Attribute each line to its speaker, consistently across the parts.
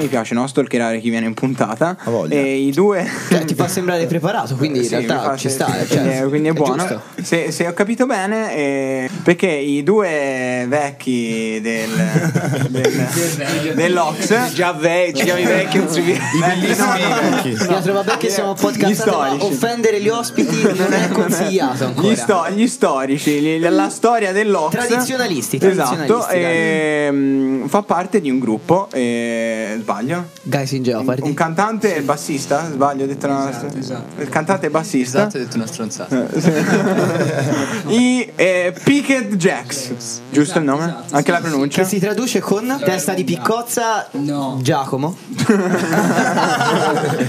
Speaker 1: me piace no? stalkerare chi viene in puntata.
Speaker 2: Ha voglia.
Speaker 1: E i due.
Speaker 3: Cioè,
Speaker 4: Mm.
Speaker 3: ti fa sembrare preparato, quindi in
Speaker 1: Sì, mi
Speaker 3: realtà
Speaker 1: fa-
Speaker 3: ci sta.
Speaker 1: sì,
Speaker 3: cioè,
Speaker 1: quindi, è- quindi è buono.
Speaker 3: giusto.
Speaker 1: Se, se ho capito bene, eh, perché i due vecchi del, del- dell'Ox,
Speaker 5: Già vecchi, ci chiami vecchio, non ci viene.
Speaker 2: Esatto.
Speaker 3: Pietro, vabbè che siamo a podcast,
Speaker 1: Gli
Speaker 3: ma
Speaker 1: storici.
Speaker 3: offendere gli ospiti non è consigliato ancora.
Speaker 1: gli, sto- gli storici, gli- la storia dell'Ox
Speaker 3: Tradizionalisti,
Speaker 1: esatto,
Speaker 3: tradizionalisti, dai.
Speaker 1: ehm, fa parte di un gruppo. eh, sbaglio?
Speaker 3: Guys in Geopardy.
Speaker 1: Un cantante e bassista? Sbaglio, ho detto una- Il cantante e bassista.
Speaker 6: Esatto, hai detto una stronzata.
Speaker 2: Eh,
Speaker 1: I eh, Pickett Jacks, giusto il nome? Anche la pronuncia?
Speaker 3: che si traduce con testa di piccozza
Speaker 7: No.
Speaker 3: Giacomo.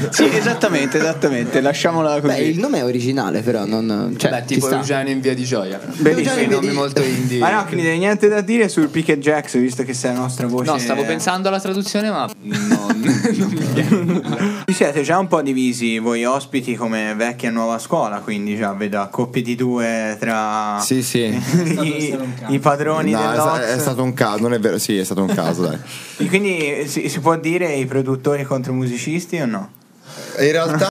Speaker 5: Sì, esattamente, esattamente, lasciamola così.
Speaker 3: Beh, il nome è originale, però non. Cioè,
Speaker 6: Beh,
Speaker 3: ci
Speaker 6: tipo
Speaker 3: sta.
Speaker 6: Eugenio in via di gioia.
Speaker 1: Bellissimo.
Speaker 6: Dei nomi molto indie.
Speaker 1: Ma no, quindi niente da dire sul Pickett Jacks, visto che sei la nostra voce.
Speaker 6: No, stavo pensando alla traduzione, ma non, non mi viene.
Speaker 1: Vi siete già un po' divisi voi ospiti come vecchia e nuova scuola, quindi già vedo a coppie di due tra
Speaker 2: Sì, sì.
Speaker 1: i, i padroni
Speaker 2: No, è, sta-
Speaker 1: dell'Ox.
Speaker 2: è stato un caso, non è vero, sì, è stato un caso, dai.
Speaker 1: E Quindi si, si può dire i produttori contro i musicisti o no?
Speaker 2: In realtà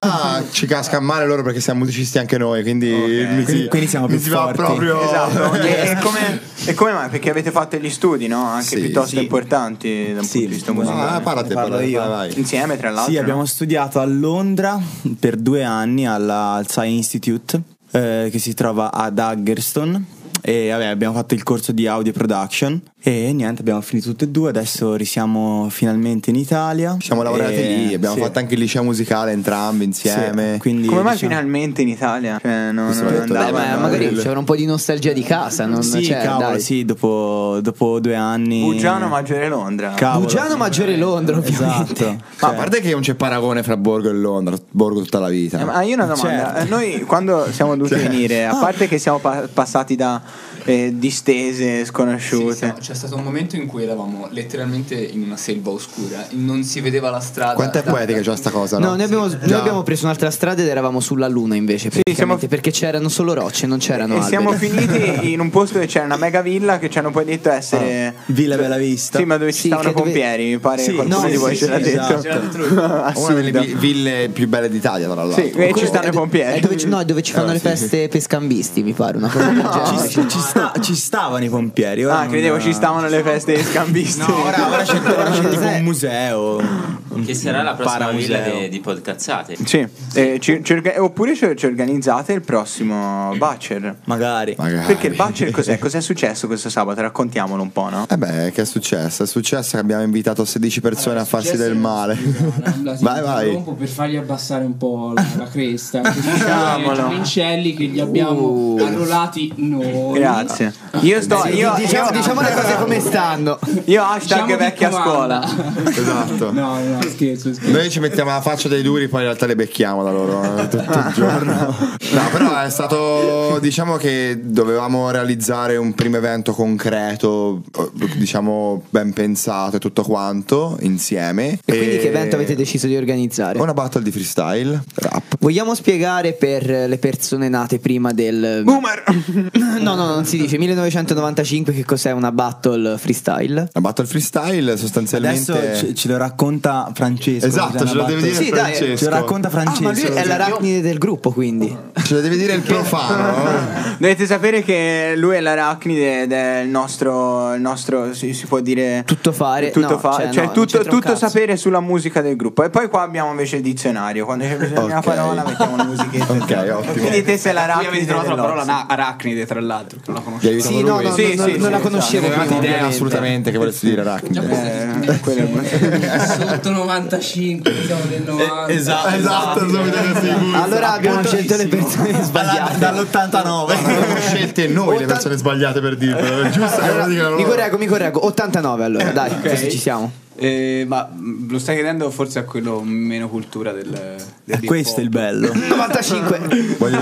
Speaker 2: ci casca a male loro perché siamo musicisti anche noi, quindi
Speaker 1: Ok.
Speaker 2: mi si,
Speaker 4: Quindi- quindi siamo
Speaker 2: mi
Speaker 4: più
Speaker 2: si va
Speaker 4: forti.
Speaker 2: proprio
Speaker 1: Esatto, e, e come, e come mai? Perché avete fatto gli studi, no? Anche
Speaker 2: Sì,
Speaker 1: piuttosto
Speaker 2: sì.
Speaker 1: importanti da un punto di vista musicale.
Speaker 2: Ah, parla te,
Speaker 4: Parlo
Speaker 2: parla-
Speaker 4: io.
Speaker 2: vai, vai.
Speaker 1: Insieme, tra l'altro.
Speaker 4: Sì, abbiamo
Speaker 1: no?
Speaker 4: studiato a Londra per due anni alla- al Science Institute eh, che si trova ad Aggerston e vabbè, abbiamo fatto il corso di audio production e niente, abbiamo finito tutte e due, adesso risiamo finalmente in Italia.
Speaker 2: Ci siamo lavorati
Speaker 4: E-
Speaker 2: lì, abbiamo
Speaker 4: sì,
Speaker 2: fatto anche il liceo musicale entrambi
Speaker 4: sì,
Speaker 2: insieme.
Speaker 4: quindi,
Speaker 1: Come mai
Speaker 4: diciamo-
Speaker 1: finalmente in Italia? Cioè, no,
Speaker 2: Questo
Speaker 1: non
Speaker 2: l'ho detto
Speaker 1: andava.
Speaker 3: Beh, ma
Speaker 2: no,
Speaker 3: magari
Speaker 2: il-
Speaker 3: c'era un po' di nostalgia di casa, non
Speaker 4: Sì,
Speaker 3: cioè,
Speaker 4: cavolo,
Speaker 3: dai.
Speaker 4: sì, dopo, dopo due anni...
Speaker 1: Bugiano Maggiore Londra.
Speaker 4: Cavolo.
Speaker 3: Bugiano Maggiore Londra, ovviamente.
Speaker 4: Esatto.
Speaker 2: Ma
Speaker 4: Cioè-
Speaker 2: a parte che non c'è paragone fra Borgo e Londra, Borgo tutta la vita.
Speaker 1: Eh, Ma io ho una domanda,
Speaker 4: Certo.
Speaker 1: Eh, noi quando siamo dovuti venire, a parte che siamo pa- passati da eh, distese
Speaker 6: Sì,
Speaker 1: sconosciute,
Speaker 6: siamo- c'è stato un momento in cui eravamo letteralmente in una selva oscura, non si vedeva la strada.
Speaker 2: Quanto è
Speaker 6: Da-
Speaker 2: poetica già sta cosa, no?
Speaker 3: No, noi abbiamo, noi abbiamo preso un'altra strada ed eravamo sulla luna invece. praticamente,
Speaker 1: siamo-
Speaker 3: Perché c'erano solo rocce, non c'erano
Speaker 1: e
Speaker 3: alberi.
Speaker 1: siamo finiti in un posto dove c'era una mega villa che ci hanno poi detto essere
Speaker 3: Ah,
Speaker 1: cioè,
Speaker 4: Villa Bella Vista.
Speaker 1: Sì, ma dove ci
Speaker 3: Sì,
Speaker 1: stavano
Speaker 3: che dove-
Speaker 1: pompieri, mi pare
Speaker 4: Sì,
Speaker 1: qualcuno
Speaker 3: no,
Speaker 1: di voi
Speaker 4: sì,
Speaker 1: ce l'ha
Speaker 4: sì,
Speaker 1: detto.
Speaker 4: esatto.
Speaker 2: Una delle
Speaker 1: Assurdo.
Speaker 2: vi- ville più belle d'Italia, tra l'altro.
Speaker 1: Sì, e ci stanno i pompieri.
Speaker 3: È dove, ci- no, è dove ci fanno
Speaker 2: Eh,
Speaker 3: le
Speaker 2: sì, sì.
Speaker 3: feste pescambisti, mi pare. Una cosa del genere.
Speaker 4: Cioè, Ci,
Speaker 2: Ah.
Speaker 4: ci sta- ci stavano i pompieri. ora
Speaker 1: Ah,
Speaker 4: non-
Speaker 1: credevo ci stavano le feste dei scambisti.
Speaker 4: Ora, ora c'è, ora c'è tipo un museo.
Speaker 8: Che sarà la prossima villa
Speaker 4: Paramuseo.
Speaker 8: de- di podcazzate.
Speaker 1: Sì, eh, ci- ci orga- oppure ci, ci organizzate il prossimo Butcher.
Speaker 4: Magari.
Speaker 2: Magari.
Speaker 1: Perché il Butcher cos'è? Cos'è successo questo sabato? Raccontiamolo un po', no?
Speaker 2: Eh beh, che è successo? È successo che abbiamo invitato 16 persone a farsi del male. Vai, vai.
Speaker 7: vai, vai. Per fargli abbassare un po' la, la cresta. Così Diciamolo. I vincelli che li abbiamo arruolati noi.
Speaker 1: Grazie. Io sto. Io,
Speaker 3: diciamo,
Speaker 1: io-
Speaker 3: diciamo le cose come stanno.
Speaker 1: io hashtag
Speaker 7: Diciamo che
Speaker 1: vecchia
Speaker 7: comanda.
Speaker 1: scuola.
Speaker 2: Esatto.
Speaker 7: No, no, scherzo, scherzo.
Speaker 2: Noi ci mettiamo la faccia dei duri, poi in realtà le becchiamo da loro eh, tutto il giorno. No, però è stato. Diciamo che dovevamo realizzare un primo evento concreto, eh, diciamo ben pensato e tutto quanto insieme.
Speaker 3: E quindi che evento avete deciso di organizzare?
Speaker 2: Eh. Una battle di freestyle, rap.
Speaker 3: Vogliamo spiegare per eh, le persone nate prima del...
Speaker 1: Boomer!
Speaker 3: No, no, no, non si dice. 1995 che cos'è una battle freestyle?
Speaker 2: La battle freestyle sostanzialmente.
Speaker 4: Adesso ce, ce lo racconta Francesco.
Speaker 2: Esatto,
Speaker 4: Gianna
Speaker 2: ce lo deve
Speaker 4: Batto.
Speaker 2: dire
Speaker 3: Sì, dai,
Speaker 2: Francesco.
Speaker 4: Ce lo racconta
Speaker 3: Ah,
Speaker 4: Francesco.
Speaker 3: ma lui è l'arachnide del gruppo, quindi.
Speaker 2: Ce lo deve dire il profano.
Speaker 1: Dovete sapere che lui è l'arachnide ed è il nostro. Il nostro si, si può dire.
Speaker 3: Tutto fare.
Speaker 1: tutto
Speaker 3: no,
Speaker 1: fa-
Speaker 3: cioè,
Speaker 1: cioè,
Speaker 3: no, non
Speaker 1: tutto,
Speaker 3: c'entra un
Speaker 1: tutto
Speaker 3: cazzo.
Speaker 1: sapere sulla musica del gruppo. E poi qua abbiamo invece il dizionario. Quando c'è bisogno di una
Speaker 2: Ok.
Speaker 1: parola mettiamo una musichetta.
Speaker 2: Ok, ottimo.
Speaker 1: Quindi te sei
Speaker 5: Qui avete
Speaker 1: l'arachnide.
Speaker 5: trovato la
Speaker 1: dell'Ox.
Speaker 5: parola na- arachnide, tra l'altro, che non la conosco.
Speaker 2: Gli aiutavo
Speaker 3: Sì, no,
Speaker 2: lui.
Speaker 3: no,
Speaker 1: Sì,
Speaker 3: no,
Speaker 1: sì,
Speaker 3: non,
Speaker 1: sì,
Speaker 3: non la
Speaker 1: sì,
Speaker 3: conoscevo
Speaker 2: Non avevate
Speaker 3: prima,
Speaker 2: idea
Speaker 3: ovviamente.
Speaker 2: assolutamente che volessi dire arachnide.
Speaker 1: Eh, quello è-
Speaker 7: Sotto 95, siamo del 90.
Speaker 4: Esatto,
Speaker 6: Eh,
Speaker 2: Esatto, subito così.
Speaker 3: Allora abbiamo scelto le persone
Speaker 4: Dalla-
Speaker 3: sbagliate.
Speaker 4: Dall'89.
Speaker 2: Abbiamo scelte noi le persone sbagliate per dirvelo, giusto?
Speaker 3: Allora, mi correggo, mi correggo. 89 allora, dai, così ci siamo.
Speaker 5: Eh, ma mh, lo stai chiedendo forse a quello meno cultura del. del
Speaker 4: E
Speaker 5: hip
Speaker 4: questo è il
Speaker 5: hop.
Speaker 4: bello.
Speaker 3: 95.
Speaker 2: Voglio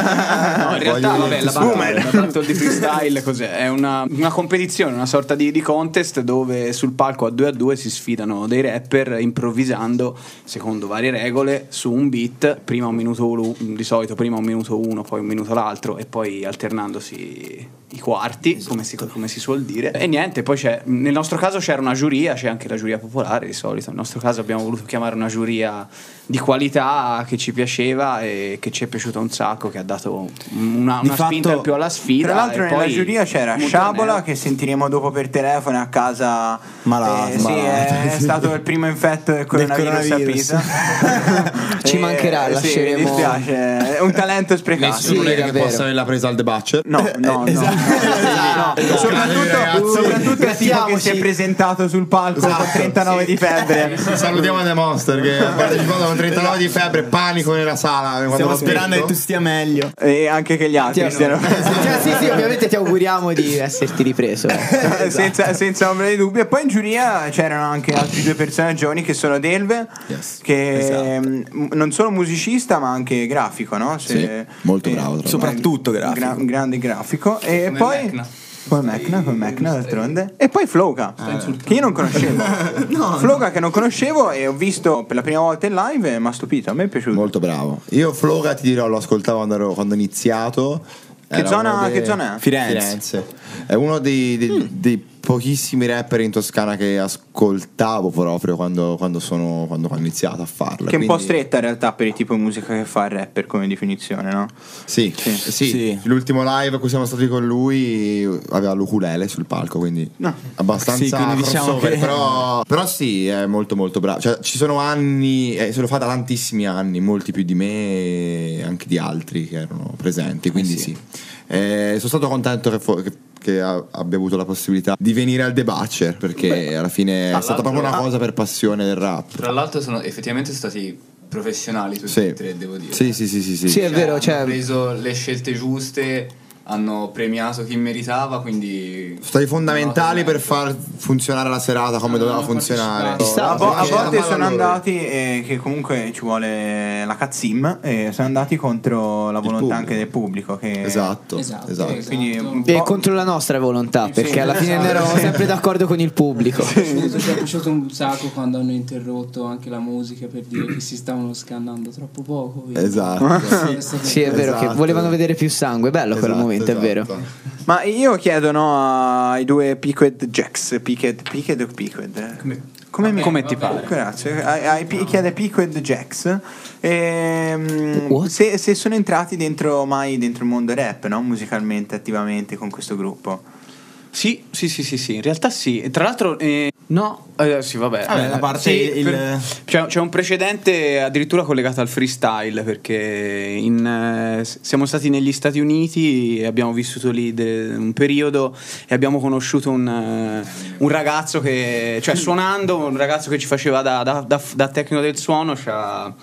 Speaker 5: No, in realtà,
Speaker 2: Voglio-
Speaker 5: vabbè, la battle, la battle di freestyle cos'è? È una, una competizione, una sorta di, di contest dove sul palco a 2 a 2 si sfidano dei rapper improvvisando secondo varie regole su un beat, prima un minuto uno, di solito prima un minuto uno, poi un minuto l'altro e poi alternandosi i quarti, come si, come si suol dire. E niente, poi c'è, nel nostro caso c'era una giuria, c'è anche solita giuria popolare, di solito nel nostro caso abbiamo voluto chiamare una giuria di qualità che ci piaceva e che ci è piaciuta un sacco, che ha dato una,
Speaker 4: Di
Speaker 5: una spinta
Speaker 4: fatto-
Speaker 5: in più alla sfida.
Speaker 1: Tra l'altro
Speaker 5: e
Speaker 1: nella
Speaker 5: poi
Speaker 1: giuria c'era
Speaker 5: Montanello.
Speaker 1: Sciabola che sentiremo dopo per telefono a casa.
Speaker 4: Malato,
Speaker 1: Eh, sì,
Speaker 4: malato.
Speaker 1: è stato il primo infetto del coronavirus,
Speaker 4: coronavirus.
Speaker 1: a Pisa.
Speaker 3: Ci
Speaker 1: Eh,
Speaker 3: mancherà,
Speaker 1: sì, mi
Speaker 3: lasceremo-
Speaker 1: dispiace, è un talento sprecato.
Speaker 2: Nessuno
Speaker 3: sì,
Speaker 2: nega che
Speaker 3: davvero.
Speaker 2: possa averla presa al debacle.
Speaker 1: No, no, no. No, no.
Speaker 2: Calmi, ragazzi.
Speaker 1: Soprattutto, soprattutto il tipo che si è presentato sul palco con
Speaker 2: Esatto,
Speaker 1: 39 di febbre.
Speaker 2: Salutiamo The Monster che ha partecipato con 39 di febbre, panico nella sala.
Speaker 4: Stiamo sperando che tu stia meglio.
Speaker 1: E anche che gli altri stiano.
Speaker 3: Cioè, sì, sì, ovviamente ti auguriamo di esserti ripreso. eh.
Speaker 2: Esatto.
Speaker 1: senza, senza ombra di dubbio. E poi in giuria c'erano anche altri due personaggi che sono Delve,
Speaker 2: Yes.
Speaker 1: che
Speaker 4: Esatto.
Speaker 1: mh, non solo musicista ma anche grafico, no? Se-
Speaker 2: Sì, molto
Speaker 1: eh,
Speaker 2: bravo, tra
Speaker 4: Soprattutto
Speaker 1: gra-
Speaker 4: grafico.
Speaker 1: gra- grande grafico. E
Speaker 6: Come
Speaker 1: poi.
Speaker 6: Mecna.
Speaker 1: Come Mecna, come Mecna d'altronde. E poi Floca, che io non conoscevo. Floca che non conoscevo e ho visto per la prima volta in live e mi ha stupito, a me è piaciuto.
Speaker 2: Molto bravo. Io Floga ti dirò, lo ascoltavo quando, ero- quando ho iniziato.
Speaker 1: Che
Speaker 2: Era
Speaker 1: zona-
Speaker 2: uno
Speaker 1: che zona è? Mm.
Speaker 2: Firenze. È uno dei, dei- dei pochissimi rapper in Toscana che ascoltavo proprio quando, quando sono, quando ho iniziato a farlo.
Speaker 1: Che è un po'
Speaker 2: Quindi-
Speaker 1: stretta in realtà per il tipo di musica che fa il rapper come definizione, no?
Speaker 2: Sì, sì.
Speaker 4: Sì.
Speaker 2: L'ultimo live a cui siamo stati con lui aveva l'uculele sul palco, quindi abbastanza
Speaker 4: Sì, quindi diciamo
Speaker 2: crossover,
Speaker 4: che-
Speaker 2: però, però sì, è molto molto bravo. Cioè, ci sono anni, eh, se lo fa da tantissimi anni, molti più di me e anche di altri che erano presenti, quindi sì. Eh, sono stato contento che, fo- che- che a- abbia avuto la possibilità di venire al The Butcher, perché alla fine è stata
Speaker 6: l'altro-
Speaker 2: proprio una
Speaker 6: ah.
Speaker 2: cosa per passione del rap.
Speaker 6: Tra l'altro sono effettivamente stati professionali tutti
Speaker 2: Sì.
Speaker 6: e tre, devo dire.
Speaker 2: Sì, sì, sì, sì, sì.
Speaker 3: Sì, è vero,
Speaker 6: hanno
Speaker 3: cioè-
Speaker 6: preso le scelte giuste, hanno premiato chi meritava, quindi... eh,
Speaker 2: Sono stati fondamentali per far funzionare la serata come doveva funzionare.
Speaker 3: Ci sta,
Speaker 1: A, vo- a
Speaker 2: Perché
Speaker 1: volte
Speaker 2: la palla loro.
Speaker 1: sono andati, eh, che comunque ci vuole la cazzim, eh, sono andati contro la volontà
Speaker 2: pubblico.
Speaker 1: anche del pubblico. Che
Speaker 2: Esatto,
Speaker 7: Esatto,
Speaker 2: esatto.
Speaker 7: esatto.
Speaker 1: eh, Quindi un
Speaker 3: E
Speaker 1: po'-
Speaker 3: contro la nostra volontà, perché alla fine
Speaker 7: esatto.
Speaker 3: ne eravamo sempre d'accordo con il pubblico.
Speaker 7: piaciuto, ci è piaciuto un sacco quando hanno interrotto anche la musica per dire che si stavano scannando troppo poco. quindi-
Speaker 2: Esatto.
Speaker 7: È stato-
Speaker 3: Sì, è vero che
Speaker 2: Esatto.
Speaker 3: volevano vedere più sangue, bello quel
Speaker 2: Esatto,
Speaker 3: momento, è vero.
Speaker 2: esatto.
Speaker 1: Ma io chiedo no, ai due Piquet Jacks, Piquet, Piquet o Piquet? Come, mi-
Speaker 5: come ti pare.
Speaker 1: Grazie, ai, ai, pi- chiede Piquet Jacks ehm,
Speaker 3: What?
Speaker 1: se, se sono entrati dentro mai dentro il mondo rap, no? musicalmente, attivamente con questo gruppo.
Speaker 5: Sì, sì, sì, sì, sì, in realtà sì. E tra l'altro, eh, no, eh, sì, vabbè.
Speaker 4: Vabbè, la
Speaker 5: Eh,
Speaker 4: parte
Speaker 5: sì,
Speaker 4: il-
Speaker 5: c'è, c'è un precedente addirittura collegato al freestyle, perché in, eh, s- siamo stati negli Stati Uniti, e abbiamo vissuto lì de- un periodo e abbiamo conosciuto un, eh, un ragazzo che, cioè suonando, un ragazzo che ci faceva da, da- da- da tecnico del suono, ci ha-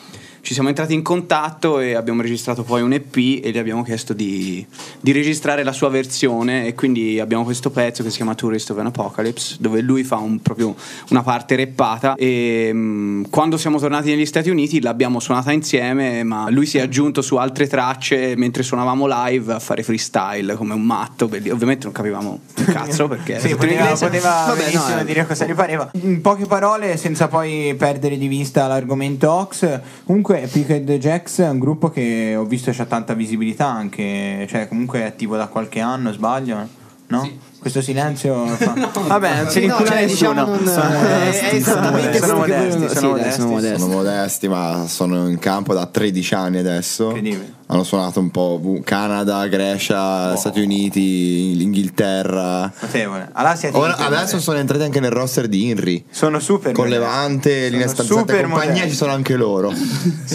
Speaker 5: Ci siamo entrati in contatto e abbiamo registrato poi un EP e gli abbiamo chiesto di, di registrare la sua versione e quindi abbiamo questo pezzo che si chiama Tourist of an Apocalypse dove lui fa un- proprio una parte reppata e mm, quando siamo tornati negli Stati Uniti l'abbiamo suonata insieme ma lui si è aggiunto su altre tracce mentre suonavamo live a fare freestyle come un matto perché ovviamente non capivamo un cazzo perché
Speaker 1: Sì,
Speaker 5: tutto in
Speaker 1: poteva,
Speaker 5: inglese.
Speaker 1: poteva
Speaker 3: Vabbè,
Speaker 1: benissimo
Speaker 3: no, eh.
Speaker 1: dire cosa gli pareva. In poche parole, senza poi perdere di vista l'argomento Ox, comunque Picked Jacks è un gruppo che ho visto c'ha tanta visibilità anche, cioè comunque è attivo da qualche anno, sbaglio? No? Questo silenzio fa... Vabbè, non si
Speaker 3: Sì, no,
Speaker 1: rincula
Speaker 3: cioè, diciamo
Speaker 1: nessuno.
Speaker 3: non-
Speaker 1: sono
Speaker 3: eh,
Speaker 1: modesti,
Speaker 3: è
Speaker 1: sono
Speaker 3: esattamente
Speaker 1: modesti, sono
Speaker 3: quello che
Speaker 1: modesti,
Speaker 3: volevano-
Speaker 1: sono
Speaker 3: sì, dai,
Speaker 1: modesti.
Speaker 3: sono modesti.
Speaker 2: Sono modesti, ma sono in campo da 13 anni adesso.
Speaker 1: Incredibile.
Speaker 2: Hanno suonato un po' ovunque, Canada, Grecia, Stati Uniti, In- Inghilterra.
Speaker 1: Notevole. Allora siete
Speaker 2: Ora-
Speaker 1: incredibili.
Speaker 2: adesso sono entrati anche nel roster di Inri.
Speaker 1: sono super
Speaker 2: Con
Speaker 1: moderni.
Speaker 2: Levante,
Speaker 1: Sono
Speaker 2: Linea Stanzante e
Speaker 1: super
Speaker 2: compagnia
Speaker 1: moderni.
Speaker 2: ci sono anche loro.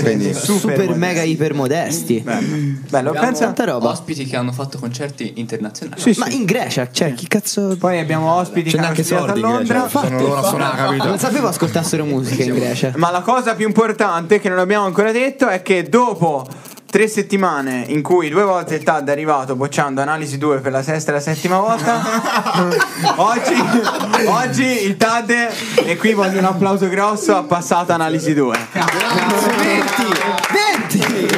Speaker 2: Quindi cioè,
Speaker 3: Super,
Speaker 1: moderni.
Speaker 3: mega iper modesti.
Speaker 1: Bello, bello.
Speaker 6: Abbiamo
Speaker 1: pensa-
Speaker 3: tanta roba.
Speaker 6: Ospiti che hanno fatto concerti internazionali.
Speaker 1: Sì,
Speaker 3: Ma
Speaker 1: sì.
Speaker 3: in Grecia, cioè, chi cazzo.
Speaker 1: Poi abbiamo ospiti
Speaker 2: c'è
Speaker 1: che hanno
Speaker 2: anche
Speaker 1: studiato a
Speaker 2: Sordi in Grecia.
Speaker 1: Londra.
Speaker 2: Sono loro a suonare, capito?
Speaker 3: Non sapevo ascoltassero musica in Grecia.
Speaker 1: Ma la cosa più importante che non abbiamo ancora detto è che dopo tre settimane in cui due volte il TAD è arrivato bocciando analisi 2 per la sesta e la settima volta, oggi, oggi il TAD, e qui voglio un applauso grosso, ha passato analisi 2.
Speaker 3: Eh,
Speaker 1: 20!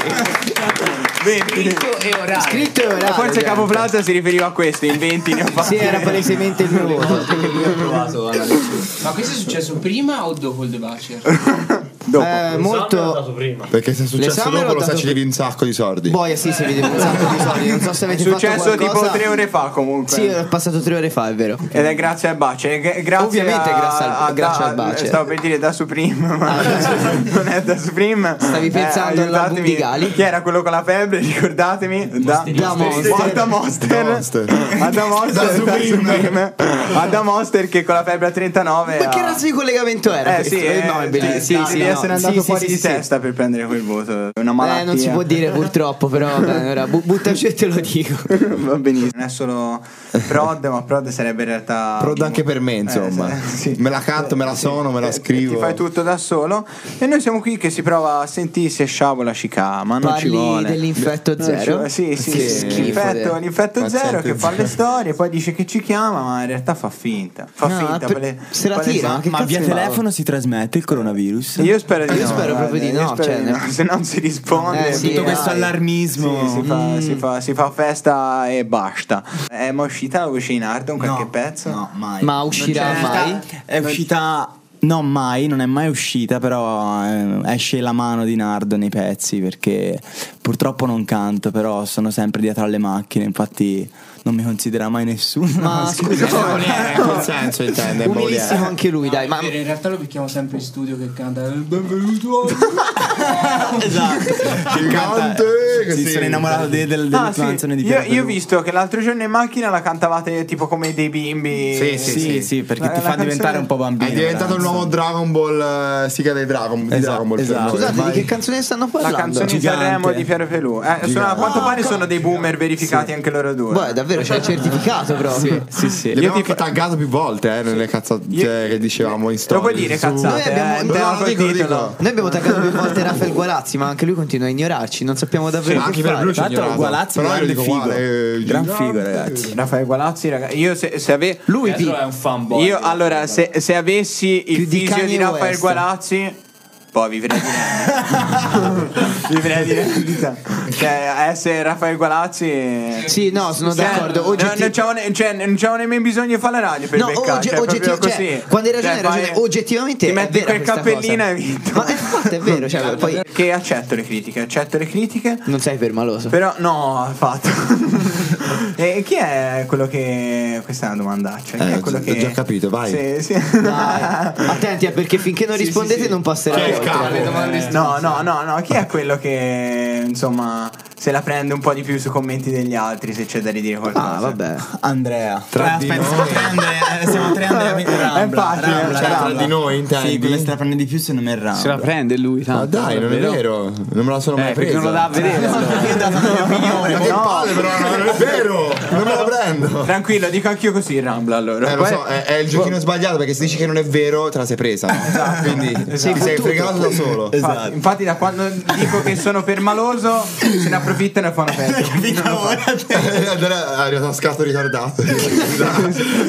Speaker 1: 20!
Speaker 3: Scritto e orale,
Speaker 1: Forse
Speaker 3: ovviamente.
Speaker 1: Capoplaza si riferiva a questo, in 20 ne ho fatti.
Speaker 3: Eh, Sì, era palesemente il mio voto.
Speaker 6: Ho provato a
Speaker 7: Ma questo è successo prima o dopo il The Butcher?
Speaker 1: Dopo.
Speaker 3: Eh,
Speaker 9: L'esame l'ho
Speaker 3: molto.
Speaker 9: dato prima.
Speaker 2: Perché se è successo
Speaker 3: L'esame l'ho
Speaker 2: dopo lo sai
Speaker 3: dato Boh,
Speaker 2: ci devi un sacco di soldi.
Speaker 3: Boia, sì, si vede un sacco di soldi. Non so se
Speaker 1: È
Speaker 3: avete fatto
Speaker 1: successo
Speaker 3: qualcosa.
Speaker 1: tipo tre ore fa comunque.
Speaker 3: Sì, ho passato tre ore fa, è vero.
Speaker 1: Ed è grazie al Bace. Gra- grazie
Speaker 3: Ovviamente
Speaker 1: a,
Speaker 3: grazie al-
Speaker 1: a-
Speaker 3: grazie
Speaker 1: da-
Speaker 3: al Bace.
Speaker 1: Stavo per dire da Supreme, ma non è da Supreme. Eh,
Speaker 3: Stavi pensando all'album
Speaker 1: aiutatemi.
Speaker 3: di Gali.
Speaker 1: Chi era quello con la febbre? Ricordatemi. Da,
Speaker 3: Da Monster.
Speaker 1: Monster. Da Monster.
Speaker 2: Da Monster.
Speaker 1: A Da Monster. Da Supreme. A Da Monster che con la febbre a 39.
Speaker 3: Ma che
Speaker 1: ha-
Speaker 3: razzo di collegamento era?
Speaker 1: Eh
Speaker 3: questo?
Speaker 1: sì, eh,
Speaker 3: no, è
Speaker 1: sì, sì,
Speaker 3: bellissimo.
Speaker 1: devi
Speaker 3: no.
Speaker 1: essere
Speaker 3: Sì,
Speaker 1: andato
Speaker 3: sì,
Speaker 1: fuori
Speaker 3: sì,
Speaker 1: di
Speaker 3: sì.
Speaker 1: testa per prendere quel voto. È una malattia.
Speaker 3: Eh, non si può dire purtroppo, però vabbè, ora bu- buttaci e te lo dico.
Speaker 1: Va benissimo. Non è solo prod, ma prod sarebbe in realtà.
Speaker 2: Prod anche per me, insomma.
Speaker 1: Eh, sì.
Speaker 2: Me la canto, me la sono, me la scrivo.
Speaker 1: Ti fai tutto da solo. E noi siamo qui che si prova a sentirsi e sciabola ci ca, ma non ci
Speaker 3: Parli
Speaker 1: vuole.
Speaker 3: dell'infetto
Speaker 1: Non ci
Speaker 3: zero.
Speaker 1: vuole. Sì, sì,
Speaker 3: Che
Speaker 1: sì.
Speaker 3: schifo,
Speaker 1: L'infetto,
Speaker 3: te.
Speaker 1: l'infetto
Speaker 2: Paziente
Speaker 1: zero che fa
Speaker 2: zero.
Speaker 1: le storie, poi dice che ci chiama, ma in realtà fa finta. Fa
Speaker 3: No,
Speaker 1: finta.
Speaker 3: per-
Speaker 1: pale-
Speaker 3: se la tira,
Speaker 1: palesante.
Speaker 3: che
Speaker 4: Ma
Speaker 5: eh.
Speaker 3: cazzo
Speaker 4: via
Speaker 3: ne
Speaker 4: telefono si trasmette il coronavirus?
Speaker 1: Io spero di
Speaker 3: Io
Speaker 1: no. guarda,
Speaker 3: spero proprio di
Speaker 1: io
Speaker 3: no,
Speaker 1: spero
Speaker 3: cioè,
Speaker 1: di
Speaker 3: nel-
Speaker 1: Se non si risponde,
Speaker 3: Eh, sì,
Speaker 1: tutto questo
Speaker 3: Tutto
Speaker 1: Mm.
Speaker 3: questo
Speaker 4: allarmismo.
Speaker 1: si, fa, si fa- si fa festa e basta.
Speaker 3: Eh,
Speaker 1: È mai uscita la voce in arte un qualche pezzo?
Speaker 4: No, mai.
Speaker 3: Ma uscirà
Speaker 1: Cioè,
Speaker 4: Non c'è-
Speaker 3: mai?
Speaker 4: È uscita. No, mai, non è mai uscita, però eh, esce la mano di Nardo nei pezzi perché purtroppo non canto, però sono sempre dietro alle macchine, infatti non mi considera mai nessuno.
Speaker 3: Ma Ah, scusa,
Speaker 2: Eh, in quel senso intende, è
Speaker 3: umilissimo
Speaker 2: Baudelaire.
Speaker 3: anche lui, dai. Ma
Speaker 7: in realtà lo picchiamo sempre in studio che canta "Eh, Benvenuto
Speaker 4: esatto.
Speaker 2: Che canta-
Speaker 4: sì,
Speaker 2: sì.
Speaker 4: sono innamorato de- del-
Speaker 1: Ah,
Speaker 4: dell'ultima
Speaker 1: sì.
Speaker 4: canzone di
Speaker 1: io,
Speaker 4: Piero
Speaker 1: io ho
Speaker 4: Pelù.
Speaker 1: visto che l'altro giorno in macchina la cantavate tipo come dei bimbi.
Speaker 2: Sì,
Speaker 4: Sì, sì, sì, perché
Speaker 1: La-
Speaker 4: ti
Speaker 1: la
Speaker 4: fa
Speaker 1: canzone-
Speaker 4: diventare un po' bambino.
Speaker 2: È diventato il
Speaker 4: ragazzo.
Speaker 2: nuovo Dragon Ball, eh, siga dei Dragon, di
Speaker 4: Esatto,
Speaker 2: Dragon Ball. per
Speaker 4: esatto.
Speaker 2: noi,
Speaker 3: scusate,
Speaker 2: ormai.
Speaker 3: di che canzone stanno
Speaker 1: La
Speaker 3: parlando?
Speaker 1: canzone di
Speaker 4: Gigante.
Speaker 1: Sanremo di Piero Pelù. Eh, sono- a
Speaker 2: Ah,
Speaker 1: quanto pare sono dei boomer verificati anche loro due.
Speaker 3: Boh, davvero c'è il certificato proprio.
Speaker 4: Sì, sì.
Speaker 2: Li abbiamo anche taggato più volte eh, nelle cazzate che dicevamo in
Speaker 1: Lo
Speaker 2: storia.
Speaker 1: puoi dire, cazzate.
Speaker 3: Noi abbiamo-
Speaker 1: eh,
Speaker 3: No,
Speaker 1: andiamo
Speaker 2: no,
Speaker 1: col
Speaker 2: dico,
Speaker 1: titolo.
Speaker 2: dico.
Speaker 3: Noi abbiamo attaccato più volte Rafael Gualazzi, ma anche lui continua a ignorarci, non sappiamo davvero
Speaker 2: anche
Speaker 3: che
Speaker 2: per
Speaker 3: fare.
Speaker 2: lui c'è
Speaker 4: Tra l'altro,
Speaker 2: ignorato.
Speaker 4: Gualazzi è
Speaker 2: Però
Speaker 4: un
Speaker 2: io dico,
Speaker 4: grande figo.
Speaker 2: guarda, eh,
Speaker 4: Gran
Speaker 2: gigante.
Speaker 4: figo, ragazzi.
Speaker 1: Raffaele Gualazzi, raga, io se, se ave-
Speaker 3: Lui
Speaker 6: Pietro è un fanboy.
Speaker 1: Io allora, se, se avessi il
Speaker 3: Più di
Speaker 1: fisio di
Speaker 3: Kanye
Speaker 1: Raffaele
Speaker 3: West.
Speaker 1: Gualazzi, poi vivrei di rendita. vivrei di rendita. Cioè, essere Raffaele Gualazzi.
Speaker 3: Sì, no, sono
Speaker 1: Cioè,
Speaker 3: d'accordo.
Speaker 1: no,
Speaker 3: oggetti-
Speaker 1: non, c'avevo ne- cioè, non c'avevo nemmeno bisogno di fare la radio per
Speaker 3: No,
Speaker 1: beccare
Speaker 3: ogge-
Speaker 1: cioè,
Speaker 3: oggetti-
Speaker 1: proprio
Speaker 3: cioè,
Speaker 1: così.
Speaker 3: quando hai ragione,
Speaker 1: Cioè,
Speaker 3: hai ragione.
Speaker 1: fai-
Speaker 3: Oggettivamente
Speaker 1: ti
Speaker 3: è
Speaker 1: metti
Speaker 3: vera
Speaker 1: quel
Speaker 3: questa
Speaker 1: cappellino e
Speaker 3: cosa.
Speaker 1: hai vinto Esatto.
Speaker 3: Ma infatti è vero, cioè, poi
Speaker 1: che accetto le critiche accetto le critiche
Speaker 3: non sei permaloso.
Speaker 1: però no affatto e chi è quello che questa è una domandaccia chi
Speaker 2: Eh,
Speaker 1: è quello
Speaker 2: ho
Speaker 1: che
Speaker 2: già capito, vai.
Speaker 1: sì, sì.
Speaker 3: Dai, attenti, eh, perché finché non rispondete non passerà
Speaker 2: Chi è il
Speaker 3: oltre.
Speaker 2: capo?
Speaker 6: le domande
Speaker 1: Eh, No, no, no, no, chi è quello che insomma se la prende un po' di più sui commenti degli altri se c'è da ridire qualcosa?
Speaker 3: Ah, vabbè.
Speaker 4: Andrea. Tre, aspetta, siamo tre Andrea. eh, Siamo tre Andrea. quindi Rambla,
Speaker 1: È facile,
Speaker 4: Rambla,
Speaker 1: cioè,
Speaker 4: Rambla.
Speaker 2: tra di noi,
Speaker 4: Sì,
Speaker 2: intendi?
Speaker 4: quella se la prende di più se non me Rambla.
Speaker 5: Se la prende lui, tanto.
Speaker 2: Ma dai, non è vero. Non me la sono mai
Speaker 5: Eh, perché
Speaker 2: presa.
Speaker 5: non lo dà a vedere.
Speaker 2: Ma che palle, però, no, non è vero. Non me la prendo.
Speaker 1: Tranquillo, dico anch'io così Rambla allora.
Speaker 2: Eh, lo
Speaker 1: Poi-
Speaker 2: so, è, è il giochino sbagliato perché se dici che non è vero, te la sei presa.
Speaker 1: Esatto.
Speaker 2: Esatto. Quindi ti sei fregato da solo.
Speaker 1: Infatti, infatti da quando dico che sono permaloso se ne approfittano e fanno festa
Speaker 2: Eh, allora è arrivato a scatto ritardato. Esatto.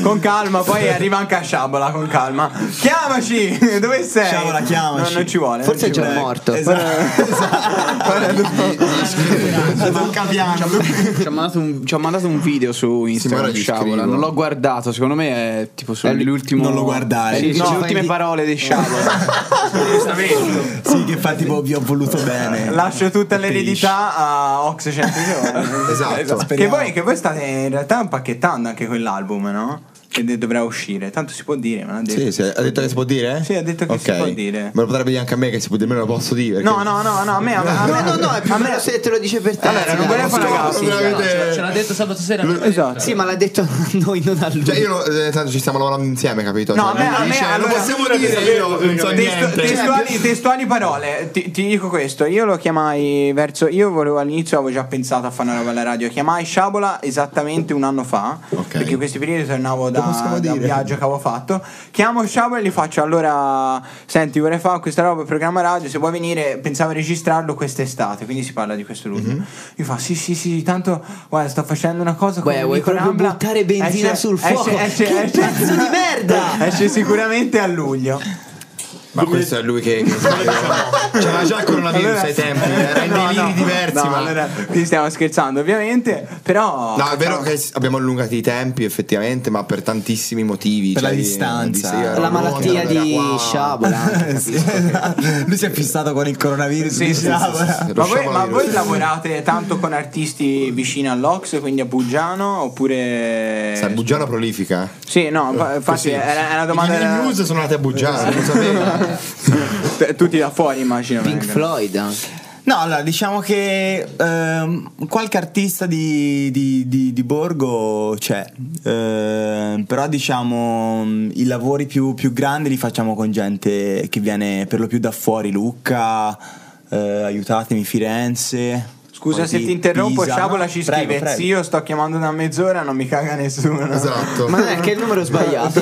Speaker 1: con calma poi arriva anche a Sciabola con calma chiamaci dove sei?
Speaker 4: Sciabola, chiamaci.
Speaker 1: No, non ci vuole
Speaker 3: Forse è
Speaker 1: non ci
Speaker 3: già
Speaker 1: vuole.
Speaker 3: morto.
Speaker 4: Esatto. Non capiamo.
Speaker 5: Ci ha mandato un, ci ha mandato un video su
Speaker 2: ma
Speaker 5: Instagram
Speaker 2: ora gli
Speaker 5: Sciabola.
Speaker 2: scrivo.
Speaker 5: Non l'ho guardato, secondo me è tipo solo l'ultimo.
Speaker 4: non lo guardare.
Speaker 5: Sì,
Speaker 3: No,
Speaker 5: le ultime
Speaker 3: fai-
Speaker 5: parole di Sciabola.
Speaker 4: Sì, che fa tipo vi ho voluto bene.
Speaker 1: lascio tutta l'eredità a Ox 100
Speaker 2: esatto.
Speaker 1: Che voi, che voi state in realtà impacchettando anche quell'album, no? Che de- dovrà uscire. Tanto si può dire, me l'ha detto.
Speaker 2: Sì, sì, ha detto che si può dire?
Speaker 1: Sì, ha detto che si
Speaker 2: Ok.
Speaker 1: può dire.
Speaker 2: Me lo potrebbe dire anche a me che si può dire, me lo posso dire.
Speaker 1: No, no, no, no, a me... A me, a
Speaker 3: No,
Speaker 1: me-
Speaker 3: no, no, è più
Speaker 1: a me-
Speaker 3: bello se te lo dice per te.
Speaker 1: Allora, non
Speaker 3: Sì,
Speaker 1: volevo fare
Speaker 3: dai,
Speaker 1: la
Speaker 3: no,
Speaker 1: gaffa,
Speaker 3: sì, dai, no.
Speaker 6: Ce l'ha detto sabato sera.
Speaker 1: Esatto.
Speaker 3: Sì, ma l'ha detto a noi, non a lui.
Speaker 2: Cioè, io lo- eh, tanto ci stiamo lavorando insieme, capito? Cioè,
Speaker 1: No, a me-
Speaker 2: non
Speaker 1: a me-
Speaker 2: dice,
Speaker 1: allora-
Speaker 2: lo possiamo dire io, non so
Speaker 1: Testu-
Speaker 2: niente.
Speaker 1: testuali, testuali parole, ti, ti dico questo, io lo chiamai verso, io volevo all'inizio avevo già pensato a fare una roba alla radio, chiamai Sciabola esattamente un anno fa,
Speaker 2: Ok.
Speaker 1: perché in questi periodi tornavo
Speaker 2: Lo
Speaker 1: da,
Speaker 2: possiamo
Speaker 1: da un
Speaker 2: dire.
Speaker 1: viaggio che avevo fatto, chiamo Sciabola e gli faccio allora, senti vorrei fare questa roba, programma radio, se vuoi venire pensavo a registrarlo quest'estate, quindi si parla di questo luglio,
Speaker 2: Mhm.
Speaker 1: mi fa sì sì sì, tanto guarda sto facendo una cosa con
Speaker 3: Beh, vuoi
Speaker 1: Nico
Speaker 3: proprio
Speaker 1: Rambla,
Speaker 3: buttare benzina
Speaker 1: esce-
Speaker 3: sul fuoco?
Speaker 1: eh, esce- esce-
Speaker 3: Che
Speaker 1: esce-
Speaker 3: pezzo di merda!
Speaker 1: esce sicuramente a luglio.
Speaker 2: Ma questo è lui che. che C'era già il coronavirus ai tempi, era in deliri diversi.
Speaker 1: no,
Speaker 2: ma...
Speaker 1: allora, qui stiamo scherzando ovviamente, però...
Speaker 2: No, è vero che abbiamo allungato i tempi effettivamente, ma per tantissimi motivi.
Speaker 4: Per la
Speaker 2: cioè,
Speaker 4: distanza.
Speaker 2: di- sì, era
Speaker 3: La
Speaker 2: Londra,
Speaker 3: malattia
Speaker 2: era
Speaker 3: di
Speaker 2: qua.
Speaker 3: Sciabola. anche, capisco che-
Speaker 4: Lui si è fissato con il coronavirus.
Speaker 1: Sì, sì,
Speaker 4: diciamo.
Speaker 1: Ma
Speaker 2: Riusciamo
Speaker 1: voi,
Speaker 2: a
Speaker 1: ma
Speaker 2: dirlo.
Speaker 1: voi lavorate tanto con artisti vicini all'Ox, quindi a Bugiano, oppure...
Speaker 4: Eh,
Speaker 2: Sai, Buggiano prolifica.
Speaker 1: Sì, no, fa- infatti
Speaker 2: Così.
Speaker 1: era, Esatto. è una
Speaker 2: I
Speaker 1: domanda...
Speaker 2: i news sono nati a Buggiano, non sapevi.
Speaker 1: T- Tutti da fuori immagino.
Speaker 3: Pink
Speaker 1: vengono.
Speaker 3: Floyd anche.
Speaker 4: No, allora diciamo che ehm, qualche artista di, di- di- di Borgo c'è, ehm, però diciamo mh, i lavori più, più grandi li facciamo con gente che viene per lo più da fuori, Lucca, eh, aiutatemi Firenze.
Speaker 1: Scusa
Speaker 4: poi
Speaker 1: se
Speaker 4: Pi-
Speaker 1: ti interrompo,
Speaker 4: Pisa.
Speaker 1: Sciabola ci
Speaker 4: Prego,
Speaker 1: scrive,
Speaker 4: prego.
Speaker 1: zio sto chiamando da mezz'ora, non mi caga nessuno.
Speaker 2: Esatto.
Speaker 3: Ma è che il numero è sbagliato.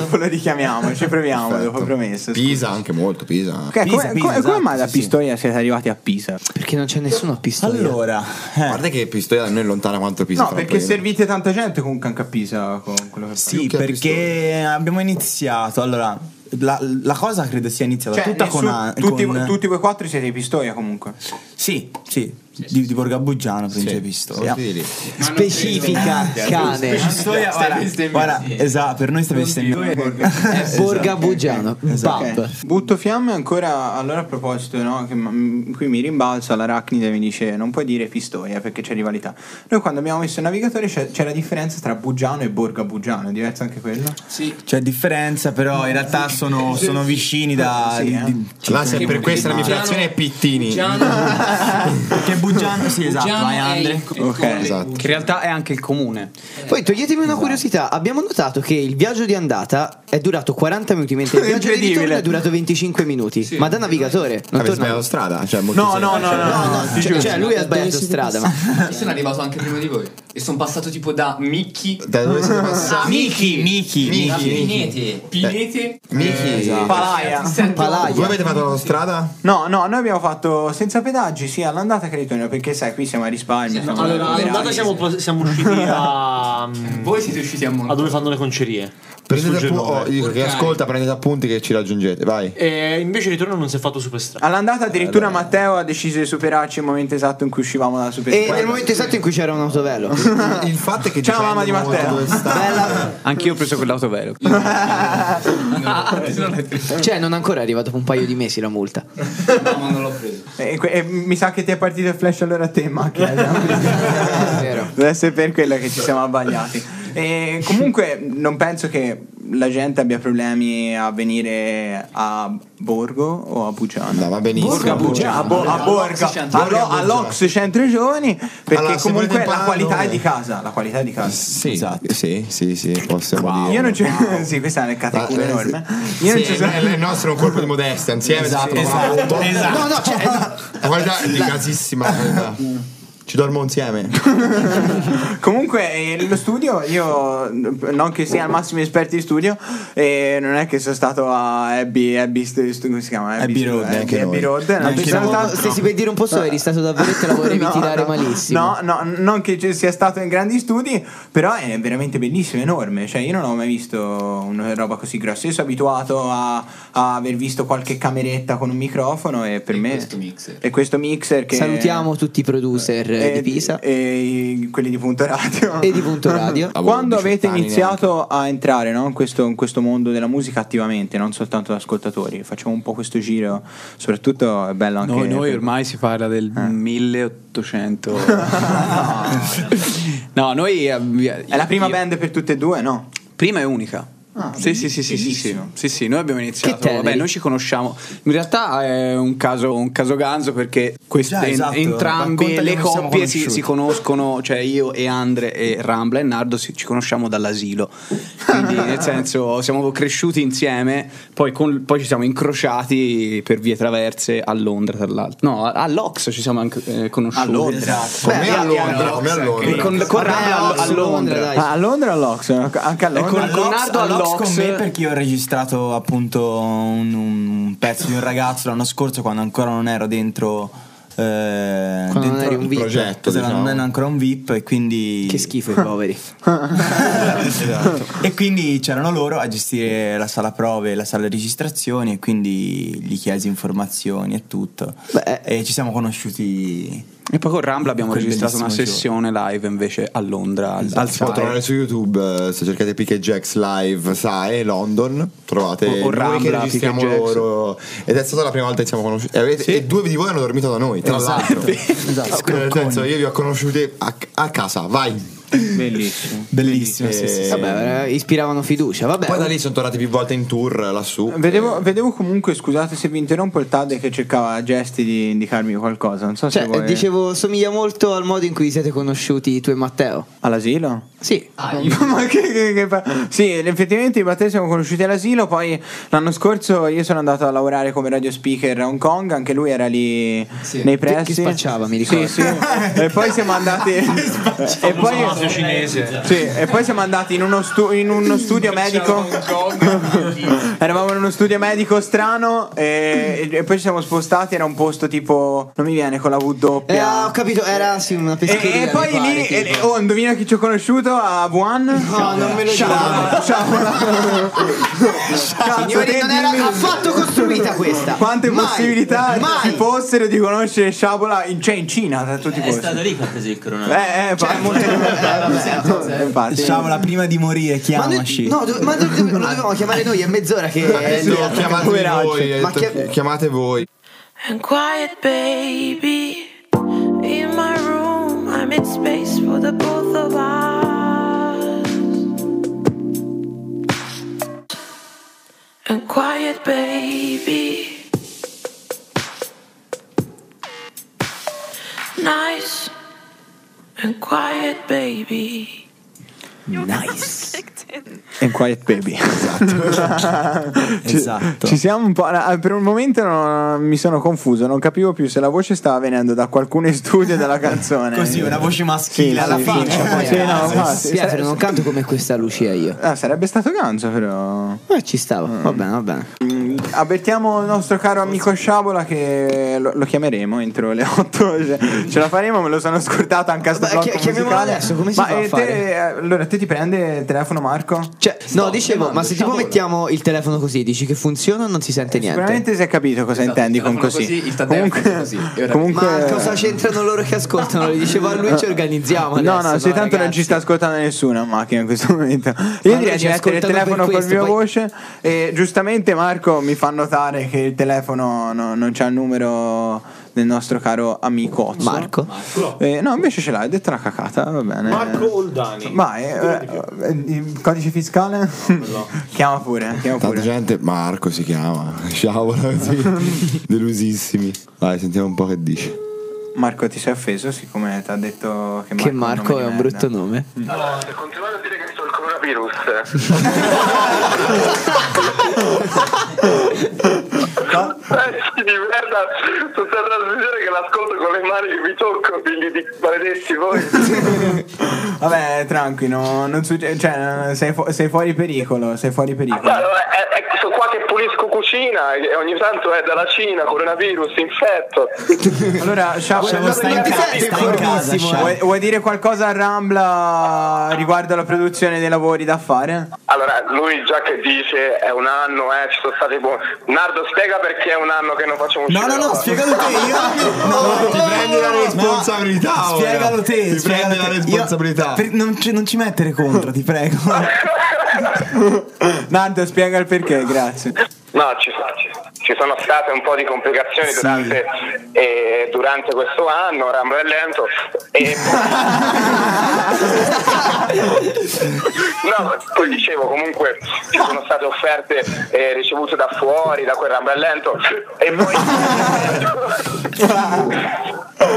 Speaker 1: Dopo lo richiamiamo, ci proviamo,
Speaker 2: Perfetto.
Speaker 1: dopo promesso.
Speaker 2: Pisa anche molto, Pisa.
Speaker 1: Ok,
Speaker 4: Pisa,
Speaker 1: come,
Speaker 4: Pisa,
Speaker 1: come-
Speaker 4: esatto,
Speaker 1: come mai da
Speaker 4: sì, sì.
Speaker 1: Pistoia siete arrivati a Pisa?
Speaker 3: Perché non c'è nessuno a pistoia.
Speaker 4: Allora, eh,
Speaker 2: Guarda che Pistoia da noi è lontana quanto Pisa.
Speaker 1: No,
Speaker 2: fra
Speaker 1: perché
Speaker 2: prima.
Speaker 1: servite tanta gente comunque anche a Pisa con quello che
Speaker 4: Sì,
Speaker 2: Più che a
Speaker 4: perché abbiamo iniziato. Allora, la, la cosa credo sia iniziata
Speaker 1: Cioè,
Speaker 4: tutta
Speaker 1: nessuno-
Speaker 4: con, a-
Speaker 1: tutti,
Speaker 4: con-
Speaker 1: tutti voi quattro siete di Pistoia comunque.
Speaker 4: Sì, sì, di, di Borgabuggiano, Principe Pistoia.
Speaker 2: Sì, lì.
Speaker 3: Specifica cane.
Speaker 1: Esatto.
Speaker 4: Pistoia, guarda, guarda, esatto, per noi sta bestemmiando.
Speaker 3: È Borga Bugiano. Bab.
Speaker 1: Esatto. Ok. Butto fiamme ancora. Allora, a proposito, no, che m- qui mi rimbalza l'arachnide e mi dice: Non puoi dire Pistoia perché c'è rivalità. Noi, quando abbiamo messo il navigatore, c'è, c'è la differenza tra Bugiano e Borga Bugiano. È diversa anche quella?
Speaker 4: C'è differenza, però in realtà sono, sono vicini da.
Speaker 1: Sì, eh.
Speaker 4: di-
Speaker 2: Là, se per questa la
Speaker 4: mia
Speaker 2: migrazione è Pittini.
Speaker 4: Perché Buggiano, sì, esatto, vai Andre.
Speaker 1: Ok,
Speaker 2: esatto.
Speaker 5: Che in realtà è anche il comune.
Speaker 3: Poi toglietemi
Speaker 1: Esatto.
Speaker 3: una curiosità, abbiamo notato che il viaggio di andata è durato 40 minuti, mentre il viaggio di
Speaker 1: Incredibile.
Speaker 3: ritorno è durato 25 minuti. ma da navigatore, non
Speaker 2: Avete
Speaker 3: torna.
Speaker 2: sbagliato strada? Cioè,
Speaker 1: No, no, no, no, no, no, ti
Speaker 3: Cioè,
Speaker 1: giuro.
Speaker 3: cioè, lui ha sbagliato
Speaker 7: siete
Speaker 3: strada, ma
Speaker 6: Io sono arrivato anche prima di voi. E sono passato tipo da Mickey,
Speaker 2: Da dove siete
Speaker 1: Esatto.
Speaker 2: passati?
Speaker 4: Miki, Miki,
Speaker 2: Miki.
Speaker 8: Pinete.
Speaker 6: Pinete,
Speaker 2: Miki,
Speaker 1: Esatto. Palaia.
Speaker 2: Voi
Speaker 3: Palaia.
Speaker 2: avete fatto la strada?
Speaker 1: No, no, noi abbiamo fatto senza pedaggi sia all'andata che al ritorno perché sai, qui siamo a risparmio. siamo
Speaker 9: Allora,
Speaker 1: liberali.
Speaker 9: all'andata siamo, pos- siamo usciti a.
Speaker 2: Mm.
Speaker 6: voi siete usciti a
Speaker 9: a
Speaker 6: Monaco.
Speaker 9: dove fanno le concerie.
Speaker 2: Prendete
Speaker 9: Sfugge il
Speaker 2: appunti.
Speaker 9: nome.
Speaker 2: Oh, io dico che ascolta, prendete appunti che ci raggiungete. Vai.
Speaker 9: E invece il ritorno non si è fatto super strada.
Speaker 1: All'andata addirittura Matteo ha deciso di superarci il momento esatto in cui uscivamo dalla
Speaker 2: Eh,
Speaker 3: E
Speaker 1: superstrada.
Speaker 3: nel momento esatto in cui c'era un autovelo.
Speaker 2: Il fatto è che
Speaker 1: Ciao, mamma di
Speaker 2: dipende molto
Speaker 1: Matteo.
Speaker 2: dove sta.
Speaker 3: Bella.
Speaker 5: Anch'io ho preso quell'autovelo.
Speaker 3: Cioè, non ancora è arrivato per un paio di mesi la multa.
Speaker 6: No, ma non l'ho preso.
Speaker 1: E, que- e mi sa che ti è partito il flash allora a te in macchina.
Speaker 3: Vero.
Speaker 1: Deve essere per quello che ci siamo abbagliati. E comunque non penso che la gente abbia problemi a venire a Borgo o a Bugiano.
Speaker 2: No, va benissimo.
Speaker 1: Borgo, a Bugiano, a, Bo- a Borgo, allo- all'Ox Centro Giovani perché
Speaker 2: Allora, se
Speaker 1: comunque
Speaker 2: volete
Speaker 1: la qualità
Speaker 2: imparare-
Speaker 1: è di casa, la qualità è di casa.
Speaker 2: Sì, sì, sì, sì, possiamo dire.
Speaker 1: Esatto. Io non ci sì, questa è una catacumba
Speaker 2: Ah, eh,
Speaker 1: enorme.
Speaker 2: sì.
Speaker 1: Io non
Speaker 2: Sì,
Speaker 1: ci sono
Speaker 2: è- è il nostro è un colpo di modestia, insieme esatto, esatto,
Speaker 3: No, no, cioè,
Speaker 2: La qualità è eh, di casissima. la qualità. Ci dormo insieme.
Speaker 1: Comunque eh, lo studio, io non che sia il massimo esperto di studio, eh, non è che sono stato a Abbey, Abbey Stu- Stu- come si chiama?
Speaker 4: Abbey
Speaker 1: Stu-
Speaker 4: Road,
Speaker 1: Abbey-
Speaker 2: anche noi.
Speaker 1: Abbey Road, non
Speaker 4: Anche
Speaker 1: ci sono
Speaker 4: noi.
Speaker 1: stato.
Speaker 3: se si per dire un po' so, eri stato davvero te la volevi
Speaker 1: No,
Speaker 3: tirare
Speaker 1: no.
Speaker 3: malissimo.
Speaker 1: No, no, non che ci sia stato in grandi studi, però è veramente bellissimo, enorme. Cioè, io non ho mai visto una roba così grossa. Io sono abituato a, a aver visto qualche cameretta con un microfono e per
Speaker 6: E
Speaker 1: me.
Speaker 6: questo mixer.
Speaker 1: E questo mixer che.
Speaker 3: Salutiamo tutti i producer eh, di Pisa
Speaker 1: e i- quelli di Punto Radio.
Speaker 3: e di Punto Radio.
Speaker 2: Avevo
Speaker 1: Quando
Speaker 2: 18
Speaker 1: avete
Speaker 2: anni
Speaker 1: iniziato a entrare no, in, questo, in questo mondo della musica attivamente, non soltanto da ascoltatori, facciamo un po' questo giro, soprattutto è bello anche...
Speaker 5: Noi, noi ormai si parla del 1800. no, noi. eh,
Speaker 1: È la prima band per tutte e due, no?
Speaker 5: Prima e unica.
Speaker 4: Ah,
Speaker 5: sì, sì, sì, sì, sì, sì, sì, sì, noi abbiamo
Speaker 3: Che
Speaker 5: iniziato.
Speaker 3: teneri.
Speaker 5: Vabbè, noi ci conosciamo. In realtà è un caso, un caso ganzo perché queste,
Speaker 4: Già, esatto.
Speaker 5: entrambe
Speaker 4: Raccontagli
Speaker 5: le
Speaker 4: come siamo
Speaker 5: coppie si,
Speaker 4: conosciuti.
Speaker 5: si conoscono, cioè io e Andre e Rambla e Nardo si- ci conosciamo dall'asilo. Quindi, nel senso, siamo cresciuti insieme, poi, con- poi ci siamo incrociati per vie traverse a Londra, tra l'altro. No, a- all'Ox ci siamo anche eh, conosciuti.
Speaker 1: A Londra.
Speaker 4: esatto.
Speaker 2: Con me a Londra,
Speaker 1: Londra,
Speaker 2: con me a Londra.
Speaker 5: Con, con
Speaker 3: Vabbè,
Speaker 5: Rambla a-
Speaker 3: Ox,
Speaker 5: a Londra.
Speaker 3: Londra, dai.
Speaker 1: Ah, a Londra o all'Ox? Anche a Londra?
Speaker 5: con- con Nardo
Speaker 4: all'Ox
Speaker 5: all'Ox-
Speaker 4: con me perché io ho registrato appunto un, un pezzo di un ragazzo l'anno scorso quando ancora non ero dentro eh, eh,
Speaker 3: Quando non eri un VIP.
Speaker 2: progetto,
Speaker 4: esatto,
Speaker 2: diciamo.
Speaker 4: non ero ancora un VIP e quindi
Speaker 3: Che schifo i poveri.
Speaker 4: Esatto. e quindi c'erano loro a gestire la sala prove, la sala registrazioni e quindi gli chiesi informazioni e tutto.
Speaker 3: Beh.
Speaker 4: E ci siamo conosciuti.
Speaker 5: E poi con Rambla abbiamo
Speaker 4: Quel
Speaker 5: registrato una
Speaker 4: bellissimo Esatto.
Speaker 5: sessione live invece a Londra, al, al
Speaker 2: Si può
Speaker 5: Sky.
Speaker 2: trovare su YouTube eh, se cercate Pick and Jacks Live SAE London. Trovate
Speaker 5: O- o
Speaker 2: noi che
Speaker 5: Rambla,
Speaker 2: registriamo
Speaker 5: Pick and Jacks.
Speaker 2: loro. Ed è stata la prima volta che ci siamo conosciuti. E, avete- e due di voi hanno dormito da noi, tra l'altro. Esatto. Nel senso, io vi ho conosciuti a, a casa, vai.
Speaker 1: Bellissimo.
Speaker 4: Bellissimo.
Speaker 2: E-
Speaker 3: Vabbè, eh, ispiravano fiducia. Vabbè,
Speaker 2: Poi da lì sono tornati più volte in tour eh, lassù.
Speaker 1: Vedevo, vedevo comunque, scusate se vi interrompo, il Tade che cercava gesti di indicarmi qualcosa. Non so
Speaker 3: cioè,
Speaker 1: se vuoi... eh.
Speaker 3: dicevo, somiglia molto al modo in cui vi siete conosciuti tu e Matteo.
Speaker 1: All'asilo?
Speaker 3: Sì.
Speaker 1: Ma che, che- che fa- Sì, effettivamente i Matteo siamo conosciuti all'asilo. Poi l'anno scorso io sono andato a lavorare come radio speaker a Hong Kong, anche lui era lì
Speaker 6: Sì.
Speaker 1: nei
Speaker 3: Che- che
Speaker 1: pressi.
Speaker 3: spacciava, mi ricordo.
Speaker 1: Sì, sì. e poi siamo andati. e,
Speaker 9: Famoso
Speaker 1: poi,
Speaker 9: cinese.
Speaker 1: sì, e poi siamo andati in uno, stu- in uno studio medico. Eravamo in uno studio medico strano e, e poi ci siamo spostati. Era un posto tipo. Non mi viene con la W
Speaker 3: Eh, ah,
Speaker 1: doppia.
Speaker 3: ho capito, era sì, una
Speaker 1: E-
Speaker 3: pescheria.
Speaker 1: E,
Speaker 3: mi
Speaker 1: poi
Speaker 3: pare,
Speaker 1: lì,
Speaker 3: tipo.
Speaker 1: e- oh, indovina chi ci ho conosciuto a Wuhan?
Speaker 3: No, non me lo
Speaker 1: Ciao, ciao. Cazzo,
Speaker 3: Signori,
Speaker 1: te
Speaker 3: oh, non era
Speaker 1: dimmi
Speaker 3: affatto costruita questa.
Speaker 1: Quante
Speaker 3: Mai,
Speaker 1: possibilità ci
Speaker 3: Mai. Eh,
Speaker 1: fossero di conoscere Sciabola in, cioè in Cina da tutti
Speaker 8: È
Speaker 1: questi.
Speaker 8: stato lì che ha preso il coronavirus.
Speaker 3: Cioè,
Speaker 1: Eh, eh, fa- eh, infatti.
Speaker 4: Diciamo la prima di morire,
Speaker 3: Ma, noi-
Speaker 4: chiamaci.
Speaker 3: no, do- ma do- do- lo dovevamo chiamare noi, è mezz'ora che.
Speaker 2: Eh, sì,
Speaker 3: no,
Speaker 2: chiamatemi
Speaker 3: poveraccio.
Speaker 2: voi, eh,
Speaker 3: Ma chi-
Speaker 2: chiamate voi.
Speaker 10: And quiet, baby. In my room, I made space for the both of us. And quiet, baby. Nice and quiet, baby. Nice.
Speaker 1: And Quiet Baby.
Speaker 4: esatto.
Speaker 1: Ci siamo un po'. ah, Per un momento non- mi sono confuso, non capivo più se la voce stava venendo da qualcuno in studio della canzone.
Speaker 4: Così, una voce maschile alla
Speaker 1: sì,
Speaker 4: fine.
Speaker 1: sì,
Speaker 4: poi
Speaker 1: sì,
Speaker 4: a
Speaker 1: no,
Speaker 4: caso.
Speaker 1: infatti.
Speaker 3: Pietro, non canto come questa Lucia io.
Speaker 1: Ah, sarebbe stato ganzo, però.
Speaker 3: Ma ci stavo, va bene, va bene.
Speaker 1: Avvertiamo il nostro caro amico Sciabola che lo, lo chiameremo entro le 8. cioè, ce la faremo, me lo sono scordato anche a sto
Speaker 3: Vabbè,
Speaker 1: blocco
Speaker 3: chi- chiamiamolo
Speaker 1: musicale.
Speaker 3: adesso, come si
Speaker 1: Ma
Speaker 3: fa a
Speaker 1: eh, te-
Speaker 3: fare?
Speaker 1: eh, allora, te ti prende il telefono Marco?
Speaker 3: Cioè, no, dicevo, ma se tipo mettiamo il telefono così, dici che funziona o non si sente niente?
Speaker 1: Sicuramente si è capito cosa
Speaker 6: Esatto,
Speaker 1: intendi
Speaker 6: il
Speaker 1: con
Speaker 6: telefono
Speaker 1: così.
Speaker 6: così, il Taddeo fa così, e ora-
Speaker 1: comunque
Speaker 3: Ma cosa c'entrano loro che ascoltano? Gli dicevo a lui ci organizziamo.
Speaker 1: No,
Speaker 3: adesso,
Speaker 1: no, se tanto non ci sta
Speaker 3: ragazzi?
Speaker 1: ascoltando nessuno a macchina in questo momento.
Speaker 3: Ma
Speaker 1: Io
Speaker 3: noi
Speaker 1: direi
Speaker 3: ci
Speaker 1: di mettere il
Speaker 3: ascoltano per
Speaker 1: telefono col
Speaker 3: questo,
Speaker 1: mio
Speaker 3: poi-
Speaker 1: voce. E giustamente Marco mi fa notare che il telefono no- non c'ha il numero del nostro caro amico Ozzo.
Speaker 3: Marco.
Speaker 1: Eh, no, invece ce l'hai, hai detto una cacata, va bene.
Speaker 9: Marco Oldani.
Speaker 1: Vai, eh, eh, il codice fiscale? chiama pure, chiama
Speaker 2: Tanta
Speaker 1: pure.
Speaker 2: gente, Marco si chiama, sciavola così, delusissimi. Vai, sentiamo un po' che dici.
Speaker 1: Marco ti sei offeso siccome ti ha detto che Marco,
Speaker 3: Che Marco è un brutto nome.
Speaker 11: Pezzi di Eh, merda, sono stata trasmissione che l'ascolto con le mani che mi tocco, figli di maledetti voi.
Speaker 1: Vabbè, tranquillo, non succe- cioè, sei, fu- sei fuori pericolo, sei fuori pericolo.
Speaker 11: Ma, eh, eh, sono qua che pulisco cucina e ogni tanto è dalla Cina, coronavirus, infetto.
Speaker 1: Allora, Sciabola,
Speaker 4: Sciabola, stai in casa, stai in casa, Sciabola.
Speaker 1: vuoi, vuoi dire qualcosa a Rambla riguardo alla produzione dei lavori da fare?
Speaker 11: Allora, lui già che dice è un anno, eh, ci sono stati... buon- Nardo, spiega perché è un anno che non facciamo uscire
Speaker 4: No, no, no,
Speaker 11: roba.
Speaker 4: spiegalo te. Io no,
Speaker 2: ti prendi la responsabilità
Speaker 4: no,
Speaker 2: ora.
Speaker 4: Spiegalo te.
Speaker 2: Ti
Speaker 4: spiegalo
Speaker 2: prendi la
Speaker 4: te. Io-
Speaker 2: responsabilità.
Speaker 4: per- non, ci, non ci mettere contro, ti prego.
Speaker 1: Nanto, spiega il perché, grazie.
Speaker 11: No, ci, so- ci- ci sono state un po' di complicazioni durante, eh, durante questo anno, Rambla è lento. E... no, poi dicevo comunque ci sono state offerte eh, ricevute da fuori, da quel Rambla è lento. E poi...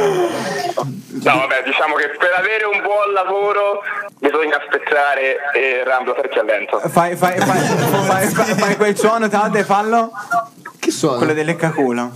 Speaker 11: No, vabbè, diciamo che per avere un buon lavoro bisogna aspettare eh, Rambla perché è lento.
Speaker 1: Fai, fai, fai, fai, fai- fai quel suono, Tadde, fallo.
Speaker 3: Che suono?
Speaker 1: Quello del leccacula.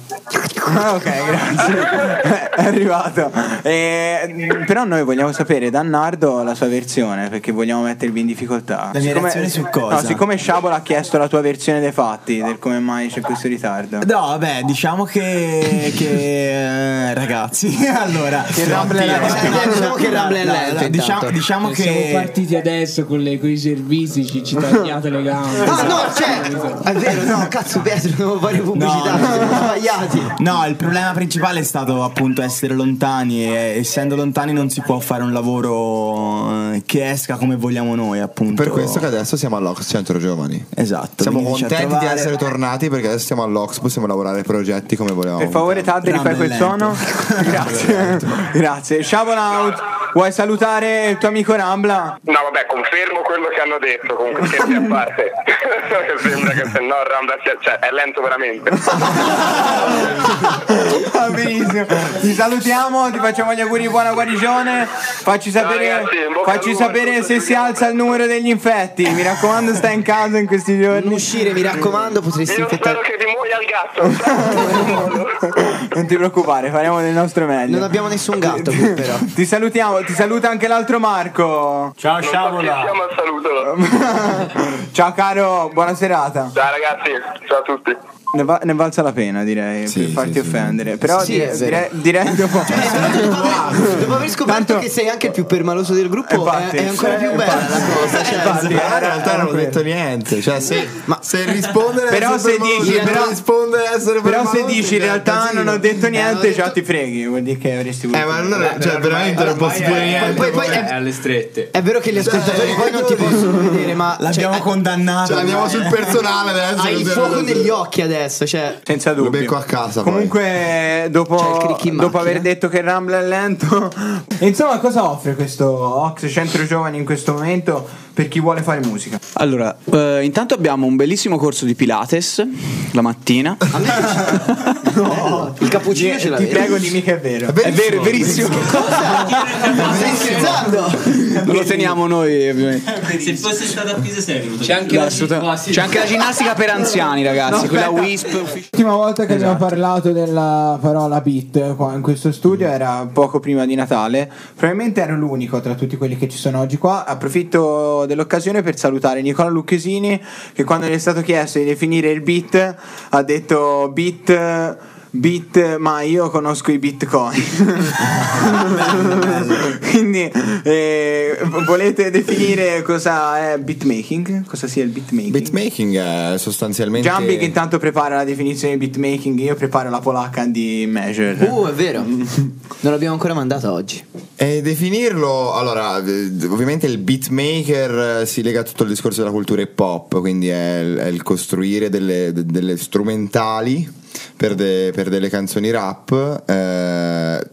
Speaker 1: Ah, ok, grazie. È arrivato. E, mh, però noi vogliamo sapere da Nardo la sua versione perché vogliamo mettervi in difficoltà.
Speaker 4: La mia reazione su cosa?
Speaker 1: No, siccome Sciabola ha chiesto la tua versione dei fatti, del come mai c'è questo ritardo.
Speaker 4: No, vabbè, diciamo che, che, eh, ragazzi, allora
Speaker 1: Che Rumble è lento.
Speaker 7: Diciamo che Rumble è
Speaker 4: No, no,
Speaker 7: lento,
Speaker 4: no, Diciamo,
Speaker 7: intanto.
Speaker 4: diciamo
Speaker 7: E Siamo
Speaker 4: che
Speaker 7: partiti adesso con, le- con i servizi, ci, ci tagliate le gambe.
Speaker 3: Ah no, cioè, è vero, no, cazzo Pietro, non voglio pubblicità,
Speaker 4: No.
Speaker 3: siamo sbagliati.
Speaker 4: No, il problema principale è stato appunto essere lontani e essendo lontani non si può fare un lavoro eh, che esca come vogliamo noi, appunto.
Speaker 2: Per questo che adesso siamo all'Ox Centro Giovani.
Speaker 4: Esatto.
Speaker 2: Siamo
Speaker 4: veniteci a
Speaker 2: contenti di
Speaker 4: trovare.
Speaker 2: essere tornati perché adesso siamo all'Ox, possiamo lavorare ai progetti come volevamo.
Speaker 1: Per favore, Tadde, rifai quel tono. Grazie. Grazie. Sciabola, vuoi salutare il tuo amico Rambla?
Speaker 11: No, vabbè, confermo quello che hanno detto, comunque scherzi a parte. Che Sembra che se no Rambla sia, cioè, è lento veramente.
Speaker 1: Va Ah, benissimo. Ti salutiamo, ti facciamo gli auguri di buona guarigione. Facci sapere, facci sapere se si alza il numero degli infetti. Mi raccomando, stai in casa in questi giorni. Non
Speaker 3: uscire, mi raccomando, potresti infettare.
Speaker 1: Non ti preoccupare, faremo del nostro meglio. Non
Speaker 3: abbiamo nessun gatto qui, però.
Speaker 1: ti salutiamo, ti saluta anche l'altro Marco.
Speaker 9: Ciao Sciabola.
Speaker 1: Ciao caro, buona serata.
Speaker 11: Ciao ragazzi, ciao a tutti.
Speaker 1: Ne, va- ne valsa la pena, direi, per farti offendere. Però
Speaker 3: Sì,
Speaker 1: dire-
Speaker 3: è vero. Cioè,
Speaker 1: dire- direi dopo. Eh,
Speaker 3: Dopo aver scoperto che sei anche il più permaloso del gruppo, è, è ancora più bella la cosa. Cioè,
Speaker 2: Infatti, Eh, in realtà non ho detto niente. Cioè, se, se rispondere
Speaker 1: Però se dici, però,
Speaker 2: rispondere essere
Speaker 1: però se
Speaker 2: permaloso,
Speaker 1: dici in
Speaker 2: diventa
Speaker 1: realtà non ho detto niente, già ti freghi, vuol dire che avresti voluto.
Speaker 2: Eh, ma allora, cioè, veramente non posso
Speaker 1: ormai
Speaker 2: dire
Speaker 1: è-
Speaker 2: niente.
Speaker 1: poi- poi-
Speaker 6: è Eh, alle strette.
Speaker 3: È vero che gli ascoltatori
Speaker 1: Eh,
Speaker 3: poi non ti possono vedere, ma cioè, l'abbiamo
Speaker 4: condannato.
Speaker 2: Ce l'abbiamo sul personale adesso. cioè,
Speaker 3: Hai il fuoco negli occhi adesso, cioè
Speaker 1: Senza dubbio.
Speaker 2: becco a casa.
Speaker 1: Comunque, dopo, dopo aver detto che il Rambla è lento, insomma, cosa offre questo Ox Centro Giovani in questo momento per chi vuole fare musica?
Speaker 5: Allora, eh, intanto abbiamo un bellissimo corso di Pilates la mattina.
Speaker 1: Ah,
Speaker 3: il cappuccino
Speaker 1: Ti prego, dimmi che è vero.
Speaker 5: È vero, è verissimo. Lo teniamo noi, ovviamente.
Speaker 8: Se fosse stata appesa serio.
Speaker 5: C'è anche, la, c'è anche la ginnastica per anziani, ragazzi.
Speaker 1: No,
Speaker 5: quella
Speaker 1: aspetta.
Speaker 5: Wisp ufficiale.
Speaker 1: L'ultima volta che abbiamo parlato della parola beat qua in questo studio era poco prima di Natale. Probabilmente ero l'unico tra tutti quelli che ci sono oggi qua. Approfitto dell'occasione per salutare Nicola Lucchesini che quando gli è stato chiesto di definire il beat ha detto beat beat ma io conosco i bitcoin. Quindi eh, volete definire cosa è beatmaking? Cosa sia il beatmaking?
Speaker 2: Beatmaking è sostanzialmente.
Speaker 1: Giambi che intanto prepara la definizione di beatmaking, io preparo la polacca di measure.
Speaker 3: Uh, è vero. Non l'abbiamo ancora mandata oggi.
Speaker 2: E definirlo, allora, eh, ovviamente il beatmaker eh, si lega a tutto il discorso della cultura hip hop, quindi è il, è il costruire delle, de- delle strumentali per, de- per delle canzoni rap. eh,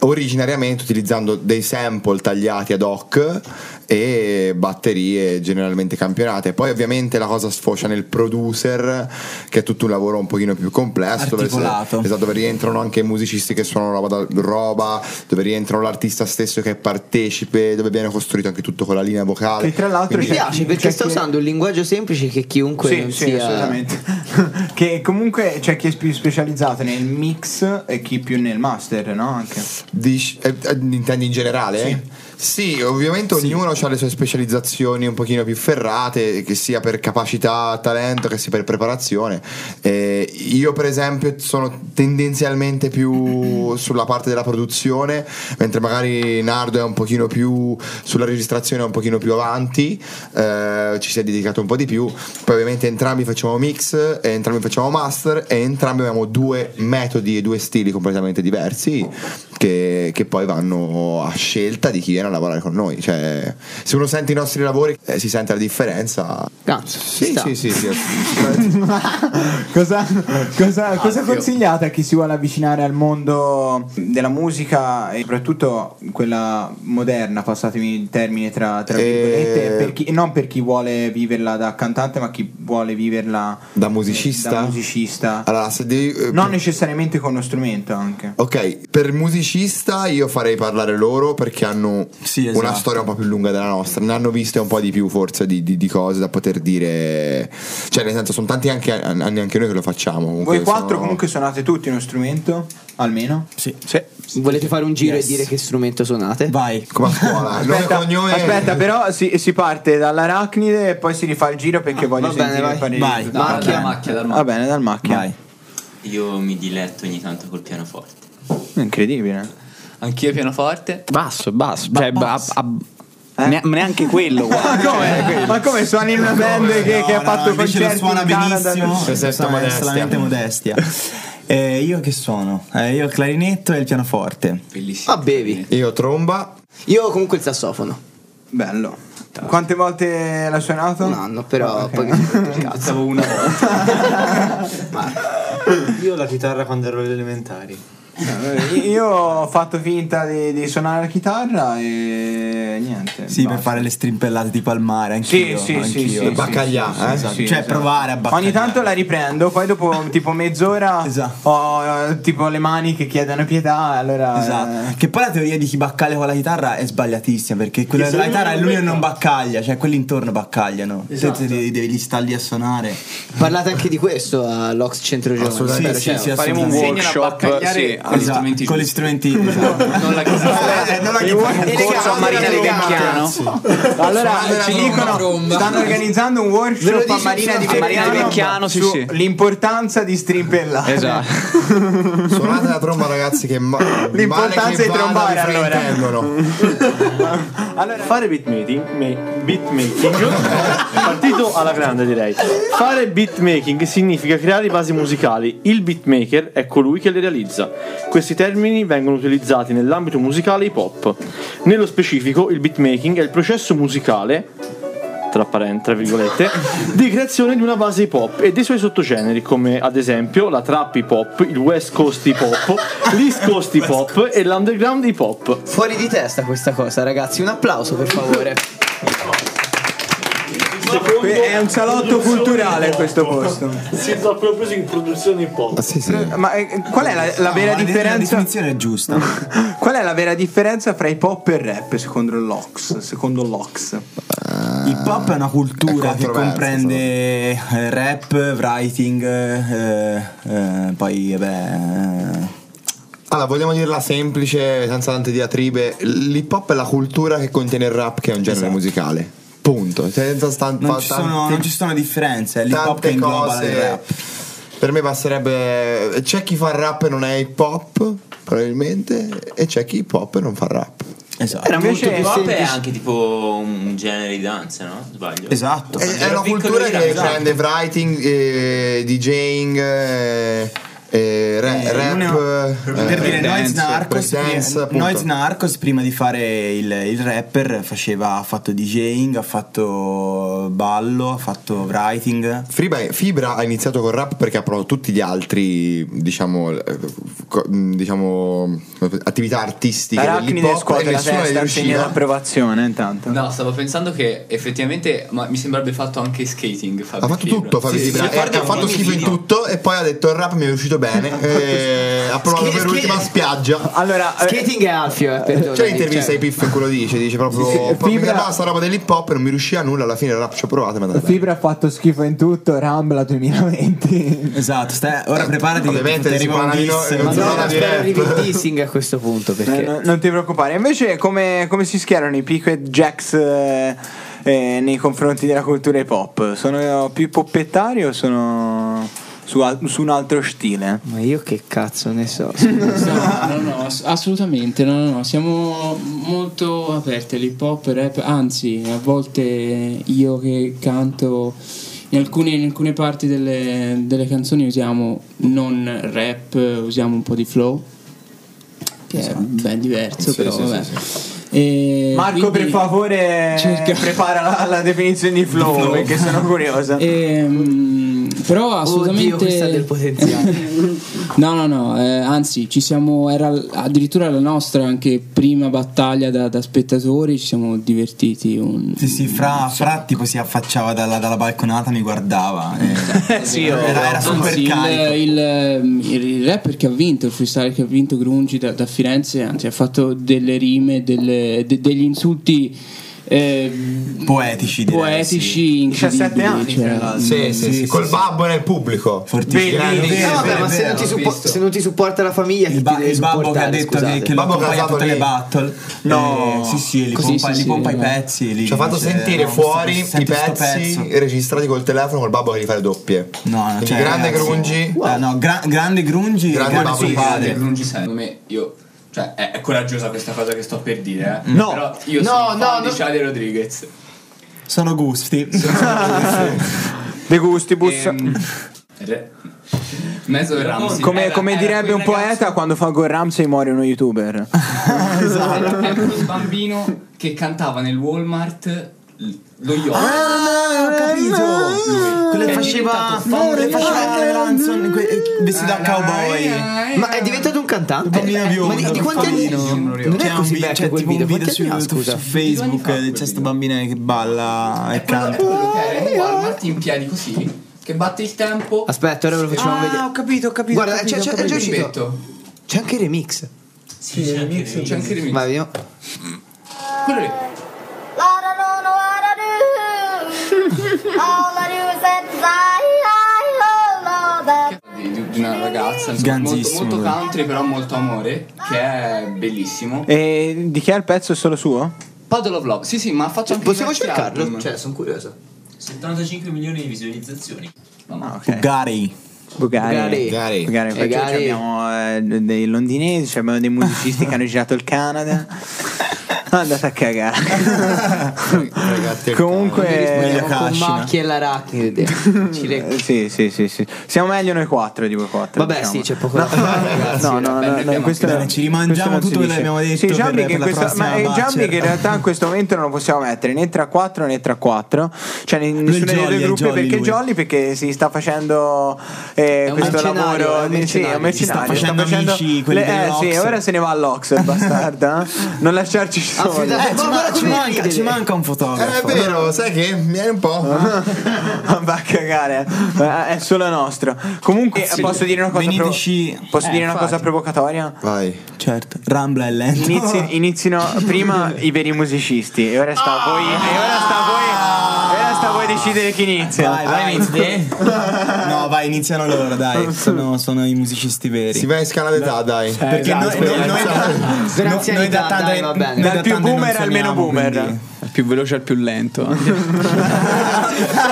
Speaker 2: originariamente utilizzando dei sample tagliati ad hoc e batterie generalmente campionate poi ovviamente la cosa sfocia nel producer che è tutto un lavoro un pochino più complesso dove si-
Speaker 4: Articolato.
Speaker 2: esatto dove rientrano anche i musicisti che suonano roba, da- roba dove rientrano l'artista stesso che è partecipe dove viene costruito anche tutto con la linea vocale
Speaker 1: Che tra l'altro
Speaker 3: Mi
Speaker 2: Quindi-
Speaker 3: piace perché sta usando un linguaggio semplice che chiunque
Speaker 1: Sì,
Speaker 3: non
Speaker 1: sì,
Speaker 3: sia
Speaker 1: assolutamente. che comunque c'è chi è più specializzato nel mix e chi più nel master, no? Anche.
Speaker 2: Dici- eh, eh, intendi in generale? Sì, ovviamente ognuno ha le sue specializzazioni un pochino più ferrate, che sia per capacità, talento, che sia per preparazione. Eh, io per esempio sono tendenzialmente più sulla parte della produzione, mentre magari Nardo è un pochino più sulla registrazione, è un pochino più avanti, eh, ci si è dedicato un po' di più. Poi ovviamente entrambi facciamo mix, e entrambi facciamo master e entrambi abbiamo due metodi e due stili completamente diversi che, che poi vanno a scelta di chi viene a lavorare con noi. Cioè, se uno sente i nostri lavori eh, si sente la differenza.
Speaker 3: Cazzo,
Speaker 2: sì, sì, sì, sì,
Speaker 1: cosa, cosa- cosa consigliate a chi si vuole avvicinare al mondo della musica e soprattutto quella moderna, passatemi il termine tra, tra
Speaker 2: Eh.
Speaker 1: virgolette, per chi- non per chi vuole viverla da cantante, ma chi vuole viverla
Speaker 2: da musicista.
Speaker 1: da musicista.
Speaker 2: Allora, se devi, eh,
Speaker 1: Non necessariamente con lo strumento anche.
Speaker 2: Ok, per musicista io farei parlare loro perché hanno una
Speaker 1: esatto.
Speaker 2: storia un po' più lunga della nostra. Ne hanno viste un po' di più, forse, di, di- di cose da poter dire. Cioè, nel senso, sono tanti anche, anni anche noi che lo facciamo. Comunque
Speaker 1: Voi quattro
Speaker 2: sono-
Speaker 1: comunque suonate tutti uno strumento, almeno?
Speaker 4: Sì.
Speaker 3: Volete fare un giro
Speaker 1: Yes.
Speaker 3: e dire che strumento suonate?
Speaker 4: Vai.
Speaker 2: Come a scuola.
Speaker 1: Aspetta, aspetta, però si, si parte dall'arachnide e poi si rifà il giro perché
Speaker 4: Ah,
Speaker 1: voglio
Speaker 3: va bene,
Speaker 1: sentire
Speaker 3: vai.
Speaker 1: il parere.
Speaker 3: Vai.
Speaker 1: di-
Speaker 3: Macchia.
Speaker 1: Va bene.
Speaker 6: Macchia, dal
Speaker 1: Va bene, dal macchia.
Speaker 8: Io mi diletto ogni tanto col pianoforte.
Speaker 1: Incredibile.
Speaker 6: Anch'io pianoforte.
Speaker 5: Basso, basso. Eh? Cioè, ba- ab- ne- neanche quello, guarda.
Speaker 1: Ma come? Ma come suoni in una band che, che ha fatto
Speaker 4: invece lo
Speaker 1: concerti
Speaker 4: suona
Speaker 1: in Canada?
Speaker 4: benissimo.
Speaker 2: Questa è
Speaker 4: suona
Speaker 2: modestia.
Speaker 4: solamente modestia. Eh, io che suono? Eh, io il clarinetto e il pianoforte.
Speaker 6: Bellissimo.
Speaker 3: Ah, bevi.
Speaker 2: Io tromba.
Speaker 3: Io comunque il sassofono.
Speaker 1: Bello. Quante volte l'ha suonato?
Speaker 3: Un anno, però
Speaker 1: Ok.
Speaker 3: poi mi sono rotto il cazzo.
Speaker 6: Pensavo una volta.
Speaker 9: Io la chitarra quando ero alle elementari.
Speaker 1: Eh, Io ho fatto finta di, di suonare la chitarra e niente.
Speaker 4: Sì, per
Speaker 1: basta.
Speaker 4: fare le strimpellate di palmare, anch'io.
Speaker 1: Sì, sì,
Speaker 4: anch'io.
Speaker 1: sì, sì, sì,
Speaker 2: Baccaglià,
Speaker 1: sì,
Speaker 2: eh?
Speaker 1: sì, sì,
Speaker 4: cioè,
Speaker 1: esatto.
Speaker 4: provare a baccagliare.
Speaker 1: Ogni tanto la riprendo, poi dopo tipo mezz'ora
Speaker 4: Esatto.
Speaker 1: ho eh, tipo le mani che chiedono pietà, allora...
Speaker 4: Esatto. Che poi la teoria di chi baccaglia con la chitarra è sbagliatissima perché quella
Speaker 9: Che se
Speaker 4: della
Speaker 9: lui
Speaker 4: chitarra è
Speaker 9: non
Speaker 4: lui che
Speaker 9: becca.
Speaker 4: non baccaglia, cioè quelli intorno baccagliano.
Speaker 9: Esatto.
Speaker 4: Te devi, devi gli star lì a suonare.
Speaker 3: Parlate anche di questo all'Ox Centro Giovani.
Speaker 4: Assolutamente. Sì,
Speaker 3: Spero
Speaker 4: sì,
Speaker 3: sia-
Speaker 5: Faremo un
Speaker 6: Insegnano a
Speaker 5: workshop.
Speaker 6: baccagliare
Speaker 5: Sì,
Speaker 6: con gli strumenti
Speaker 4: con gli
Speaker 6: giusti.
Speaker 4: strumenti. esatto.
Speaker 6: Non la chitarra.
Speaker 4: Eh, non la
Speaker 5: Il
Speaker 4: chitarra.
Speaker 5: corso a Marina di Vecchiano.
Speaker 1: Allora
Speaker 6: Suonare la
Speaker 1: ci
Speaker 6: tromba,
Speaker 1: dicono,
Speaker 6: tromba.
Speaker 1: stanno organizzando un
Speaker 3: Ve lo
Speaker 1: workshop
Speaker 3: dice
Speaker 1: a Marina di
Speaker 3: il
Speaker 1: Vecchiano,
Speaker 3: suo-
Speaker 5: a Marina di Vecchiano, sì,
Speaker 1: su
Speaker 5: sì.
Speaker 1: l'importanza di strimpellare.
Speaker 5: Esatto.
Speaker 2: Suonate la tromba, ragazzi, che ma- male
Speaker 1: L'importanza
Speaker 2: che
Speaker 1: di
Speaker 2: vada,
Speaker 1: trombare,
Speaker 2: vi
Speaker 1: allora.
Speaker 2: fraintendono.
Speaker 1: Allora,
Speaker 12: Fare beatmaking, me- beatmaking partito alla grande direi. Fare beatmaking significa creare basi musicali. Il beatmaker è colui che le realizza. Questi termini vengono utilizzati nell'ambito musicale hip hop. Nello specifico, il beatmaking è il processo musicale tra, paren- tra virgolette, di creazione di una base hip hop e dei suoi sottogeneri, come ad esempio la trap hip hop, il west coast hip hop, l'east coast hip hop e l'underground hip hop.
Speaker 3: Fuori di testa questa cosa, ragazzi. Un applauso, per favore.
Speaker 1: que- è un salotto culturale questo posto.
Speaker 9: Si è proprio preso in produzione hip hop.
Speaker 2: Ah, sì, sì.
Speaker 1: Ma eh, qual è la, la
Speaker 4: No,
Speaker 1: vera
Speaker 4: ma la- La
Speaker 1: differenza?
Speaker 4: definizione è giusta.
Speaker 1: Qual è la vera differenza fra hip hop e rap secondo l'Ox? Secondo l'Ox?
Speaker 4: Hip hop è una cultura
Speaker 2: È
Speaker 4: che
Speaker 2: controverso,
Speaker 4: comprende eh, rap, writing, eh, eh, poi vabbè. eh,
Speaker 2: Allora, vogliamo dirla semplice, senza tante diatribe. L'hip hop è la cultura che contiene il rap, che è un genere
Speaker 4: Esatto.
Speaker 2: musicale. Punto. Cioè, Senza stan-
Speaker 4: Non,
Speaker 2: fa-
Speaker 4: ci sono,
Speaker 2: tanti-
Speaker 4: non ci sono differenze, è l'hip hop che
Speaker 2: tante
Speaker 4: ingloba il
Speaker 2: cose.
Speaker 4: rap.
Speaker 2: Per me passerebbe. C'è chi fa rap e non è hip hop, probabilmente, e c'è chi hip hop e non fa rap.
Speaker 4: Esatto.
Speaker 3: Era molto più
Speaker 8: Hip hop è
Speaker 3: semplice.
Speaker 8: anche tipo un genere di danza, no? Sbaglio.
Speaker 4: Esatto.
Speaker 2: È, è una
Speaker 8: piccolo
Speaker 2: cultura
Speaker 8: di
Speaker 2: che
Speaker 8: rap.
Speaker 2: prende writing, eh, DJing, eh, eh, ra-
Speaker 4: Eh,
Speaker 2: rap.
Speaker 4: non per dire Noiz Narcos, eh,
Speaker 2: breakdance,
Speaker 4: prima, Noyz
Speaker 2: appunto.
Speaker 4: Narcos prima di fare il, il rapper faceva, ha fatto DJing, ha fatto ballo, ha fatto writing.
Speaker 2: Friba- Fibra ha iniziato col rap perché ha provato tutti gli altri, diciamo, eh, co- mh, diciamo attività artistiche dell'hip
Speaker 1: Arachnide
Speaker 2: hop e
Speaker 1: scuote la
Speaker 2: nessuno ne
Speaker 1: testa, segna
Speaker 2: riusciva.
Speaker 1: l'approvazione intanto.
Speaker 6: No, stavo pensando che effettivamente, ma mi sembrerebbe fatto anche skating. Fabio
Speaker 2: Ha fatto
Speaker 6: Fibra.
Speaker 2: tutto Fabio
Speaker 6: Sì,
Speaker 2: Fibra,
Speaker 6: sì,
Speaker 2: eh, ha fatto schifo in tutto e poi ha detto il rap mi è riuscito bene, eh, ha provato
Speaker 3: Schi-
Speaker 2: per
Speaker 3: schi-
Speaker 2: ultima spiaggia.
Speaker 1: Allora, eh,
Speaker 3: Skating è Alfio, eh, perdonami,
Speaker 2: C'è l'intervista
Speaker 3: cioè.
Speaker 2: di Piff che quello dice, dice proprio "Poi mi
Speaker 1: Fibra-
Speaker 2: chiamava sta roba dell'hip hop e non mi riuscì a nulla, alla fine il rap ci ho provato e mi è andata bene".
Speaker 1: Fibra ha fatto schifo in tutto, Rambla 2020.
Speaker 4: Esatto, stai- ora preparati
Speaker 2: ovviamente
Speaker 4: ti arriva un
Speaker 2: si parla
Speaker 4: diss.
Speaker 2: di no-
Speaker 3: Ma
Speaker 2: non
Speaker 3: no,
Speaker 2: so
Speaker 3: ma
Speaker 2: la
Speaker 3: spero arrivi il
Speaker 2: diretta.
Speaker 3: dissing a questo punto
Speaker 1: Eh,
Speaker 3: perché
Speaker 1: no- non ti preoccupare. Invece, come, come si schierano i Pico Jacks eh, eh, nei confronti della cultura hip hop? Sono più poppettari o sono su, al- su un altro stile?
Speaker 3: Ma io che cazzo ne so.
Speaker 7: No, no, no, ass- assolutamente, no, no, no, siamo molto aperti all'hip hop, rap, anzi a volte io che canto in alcune, in alcune parti delle, delle canzoni usiamo non rap, usiamo un po' di flow, che
Speaker 3: Esatto.
Speaker 7: è ben diverso, però vabbè.
Speaker 5: Eh,
Speaker 7: E
Speaker 1: Marco, per
Speaker 7: quindi-
Speaker 1: favore,
Speaker 7: cerca-
Speaker 1: prepara la, la definizione di flow, perché sono curiosa.
Speaker 7: Ehm, però assolutamente
Speaker 3: Oddio, questa ha del potenziale.
Speaker 7: no no no eh, anzi ci siamo era l- addirittura la nostra anche prima battaglia da, da spettatori ci siamo divertiti un-
Speaker 4: Sì, sì, fra, fra tipo si affacciava dalla, dalla balconata, mi guardava. eh. era, era super
Speaker 7: Anzi,
Speaker 4: carico.
Speaker 7: il, ehm, il, il rapper che ha vinto, il freestyle che ha vinto Grungi da, da Firenze, anzi ha fatto delle rime, delle, eh, de- degli insulti eh,
Speaker 13: Poetici, direi,
Speaker 7: poetici
Speaker 13: sì.
Speaker 7: incredibili,
Speaker 13: 17 anni,
Speaker 7: cioè,
Speaker 13: tra l'altro. Sì, sì, sì, col
Speaker 2: babbo nel pubblico.
Speaker 13: Fortissimo.
Speaker 3: Eh, vabbè, ma se non, ti suppo- se non ti supporta la famiglia, chi ti deve
Speaker 4: il babbo che ha
Speaker 3: supportare,
Speaker 4: detto che,
Speaker 3: scusate?
Speaker 4: che lo accompagna a tutte le battle
Speaker 2: No.
Speaker 4: Eh, sì sì li
Speaker 2: Così,
Speaker 4: pompa,
Speaker 2: sì,
Speaker 4: li
Speaker 2: sì,
Speaker 4: pompa i
Speaker 2: no.
Speaker 4: pezzi li
Speaker 2: Ci ha fatto
Speaker 4: dice,
Speaker 2: sentire
Speaker 4: no,
Speaker 2: fuori
Speaker 4: senti
Speaker 2: i
Speaker 4: sto pezzo.
Speaker 2: pezzi registrati col telefono col babbo che gli fa le doppie.
Speaker 4: No, no,
Speaker 2: Quindi
Speaker 4: cioè,
Speaker 2: grande
Speaker 4: ragazzi,
Speaker 2: grungi.
Speaker 4: eh, no, gra- grande grungi
Speaker 2: Grande
Speaker 4: grande
Speaker 2: babbo
Speaker 4: suo
Speaker 2: di
Speaker 4: padre
Speaker 2: grande
Speaker 6: Grungi, secondo me, io. Cioè, è, è coraggiosa questa cosa che sto per dire, eh.
Speaker 4: No.
Speaker 6: Però io
Speaker 4: No,
Speaker 6: sono
Speaker 4: no,
Speaker 6: fan
Speaker 4: no.
Speaker 6: di Charlie Rodriguez.
Speaker 4: sono gusti
Speaker 1: De gustibus.
Speaker 6: Ehm, Re- Mezzo del Ramsey.
Speaker 1: come
Speaker 6: Era-
Speaker 1: come
Speaker 6: era
Speaker 1: direbbe
Speaker 6: quel
Speaker 1: un poeta, quando fa con Ramsey muore uno youtuber.
Speaker 6: Esatto. È quel bambino che cantava nel Walmart l- lo yo.
Speaker 4: ah ho
Speaker 3: Ah,
Speaker 4: capito quelle
Speaker 3: eh,
Speaker 6: Che è
Speaker 4: faceva
Speaker 6: diventato famoso.
Speaker 4: quelle faceva le Lanzon que- eh, vestite da cowboy
Speaker 3: Ma è diventato un cantante?
Speaker 4: bambino
Speaker 3: eh, Ma di,
Speaker 4: biondo
Speaker 3: di quanti anni? Non
Speaker 4: C'è
Speaker 3: è
Speaker 4: un
Speaker 3: così
Speaker 4: vi-
Speaker 3: vecchio
Speaker 4: c'è cioè,
Speaker 3: quel
Speaker 4: tipo un
Speaker 3: video,
Speaker 4: video
Speaker 3: quanti
Speaker 4: su,
Speaker 3: anni ha, scusa?
Speaker 4: su Facebook eh, c'è sto bambino che balla e canta
Speaker 6: Quello che era in Walmart in piedi così, che batte il tempo.
Speaker 3: Aspetta, ora ve lo facciamo vedere.
Speaker 4: Ah, ho capito, ho capito.
Speaker 3: Guarda, c'è, c'è, è già uscito.
Speaker 6: Rispetto.
Speaker 3: C'è anche il remix.
Speaker 6: Sì, c'è anche il remix. C'è anche il remix.
Speaker 3: Vai, vediamo.
Speaker 6: Quello lì. di, di- di una ragazza insomma, molto,
Speaker 1: Sganzissimo,
Speaker 6: molto
Speaker 1: lui.
Speaker 6: country però molto amore che è bellissimo
Speaker 1: E di chi è il pezzo? È solo suo?
Speaker 6: Paddle of Love sì sì ma faccio anche
Speaker 3: Cioè, Possiamo
Speaker 6: diversi
Speaker 3: cercarlo?
Speaker 6: album.
Speaker 3: Cioè, sono curioso.
Speaker 14: 75 milioni di visualizzazioni.
Speaker 1: Bugari. Ah, Bugari.
Speaker 14: Bugari.
Speaker 1: Bugari.
Speaker 14: Bugari.
Speaker 1: Poi
Speaker 14: Bugari.
Speaker 1: abbiamo eh, dei londinesi, cioè abbiamo dei musicisti che hanno girato il Canada. Andate a cagare. Comunque,
Speaker 3: Rispondiamo Eh, con Macchi e l'arachnide. Ci re-
Speaker 1: Eh, sì, sì, sì, sì. Siamo meglio noi quattro di voi quattro.
Speaker 3: Vabbè,
Speaker 1: diciamo.
Speaker 3: sì, c'è poco da
Speaker 1: No,
Speaker 3: fare, ragazzi.
Speaker 1: No, no,
Speaker 3: Vabbè,
Speaker 1: no,
Speaker 3: noi
Speaker 1: no,
Speaker 3: abbiamo
Speaker 1: questo
Speaker 3: anche-
Speaker 1: non-
Speaker 4: ci rimangiamo
Speaker 1: questo non si
Speaker 4: tutto quello che
Speaker 1: dice.
Speaker 4: abbiamo detto
Speaker 1: Sì, Giambi
Speaker 4: per-
Speaker 1: che
Speaker 4: per la
Speaker 1: questa-
Speaker 4: prossima
Speaker 1: ma eh, Giambi
Speaker 4: Bacer.
Speaker 1: che in realtà in questo momento non lo possiamo mettere né tra quattro né tra quattro. Cioè, in nessuno dei
Speaker 4: Jolly,
Speaker 1: due
Speaker 4: è
Speaker 1: gruppi
Speaker 4: Jolly
Speaker 1: perché
Speaker 4: lui.
Speaker 1: Jolly perché si sta facendo eh,
Speaker 4: un
Speaker 1: questo
Speaker 4: mercenario,
Speaker 1: lavoro
Speaker 4: è un
Speaker 1: di- sì, è un
Speaker 4: mercenario, si sta
Speaker 1: mercenario,
Speaker 4: facendo amici, quelli
Speaker 1: le- eh, sì,
Speaker 4: dell'Ox.
Speaker 1: ora se ne va all'Ox, bastarda. non lasciarci solo.
Speaker 4: Eh, ci, ma- ci manca, ci manca un
Speaker 2: Eh, è
Speaker 4: fotografo
Speaker 2: vero, sai che? Mi viene un po'.
Speaker 1: Va a cagare, eh, è solo nostro. Comunque,
Speaker 4: Sì.
Speaker 1: posso dire una cosa,
Speaker 4: Veniteci-
Speaker 1: posso
Speaker 4: Eh,
Speaker 1: dire una cosa
Speaker 4: infatti.
Speaker 1: provocatoria?
Speaker 2: Vai.
Speaker 4: Certo, Rambla è lento.
Speaker 1: Inizi- inizino prima i veri musicisti e ora sta a voi, e ora sta a voi, e ora sta a voi decidere chi inizia.
Speaker 4: Vai, vai, inizi No, vai, iniziano loro, dai. Sono, sono i musicisti veri.
Speaker 2: Si va in scala d'età, dai.
Speaker 4: Perché noi, noi, noi, noi, noi, noi da tante-
Speaker 3: dai, va bene.
Speaker 4: noi
Speaker 5: Dal
Speaker 4: da tante
Speaker 5: più
Speaker 4: non
Speaker 5: boomer al meno
Speaker 4: suoniamo,
Speaker 5: boomer.
Speaker 4: quindi-
Speaker 5: Dal più veloce al più lento.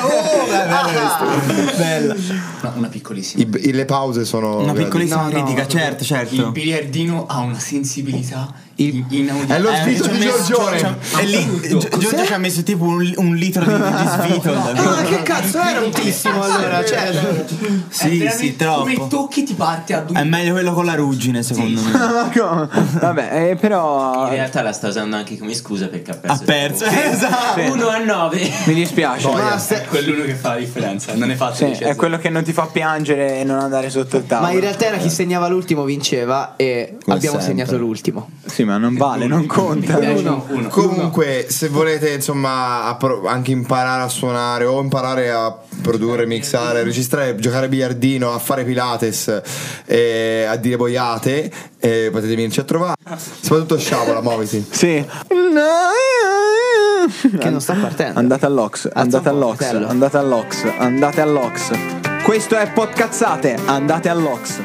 Speaker 4: Oh, bella questa. Bella.
Speaker 6: Una, una piccolissima
Speaker 2: I- i- le pause sono.
Speaker 4: Una piccolissima
Speaker 6: No, no,
Speaker 4: critica,
Speaker 6: no.
Speaker 4: certo,
Speaker 6: il
Speaker 4: certo.
Speaker 6: biliardino ha una sensibilità in,
Speaker 4: Eh,
Speaker 6: inaudita
Speaker 4: ci ha messo- ci ha- E
Speaker 3: Ecco.
Speaker 4: lì Gio- Giorgio ci ha messo tipo un, un litro di, di svito.
Speaker 3: Ah, che cazzo era un tissimo allora? Cioè,
Speaker 4: sì, sì,
Speaker 6: come
Speaker 4: troppo.
Speaker 6: tocchi ti parte ad un
Speaker 4: È meglio quello con la ruggine, secondo me.
Speaker 1: Vabbè, eh, però
Speaker 14: In realtà la sta usando anche come scusa perché ha
Speaker 4: Ha
Speaker 14: perso.
Speaker 4: perso, esatto.
Speaker 1: Ah,
Speaker 14: 1 a 9.
Speaker 1: mi dispiace.
Speaker 6: Ma se- eh, è quell'uno che fa la differenza non ne fa
Speaker 1: Sì, è quello che non ti fa piangere e non andare sotto il tavolo.
Speaker 3: Ma in realtà era chi segnava l'ultimo vinceva e
Speaker 1: Come
Speaker 3: abbiamo
Speaker 1: sempre.
Speaker 3: segnato l'ultimo.
Speaker 1: Sì, ma non vale, non conta.
Speaker 2: Comunque, se volete insomma appro- anche imparare a suonare o imparare a produrre, mixare, registrare, giocare a biliardino, a fare pilates, eh, a dire boiate, eh, potete venirci a trovare. Soprattutto sciavola, muoviti.
Speaker 1: Sì. Che non sta partendo. Andate all'Ox, andate all'Ox, andate all'Ox, andate all'Ox. Questo è Podcazzate, andate all'Ox.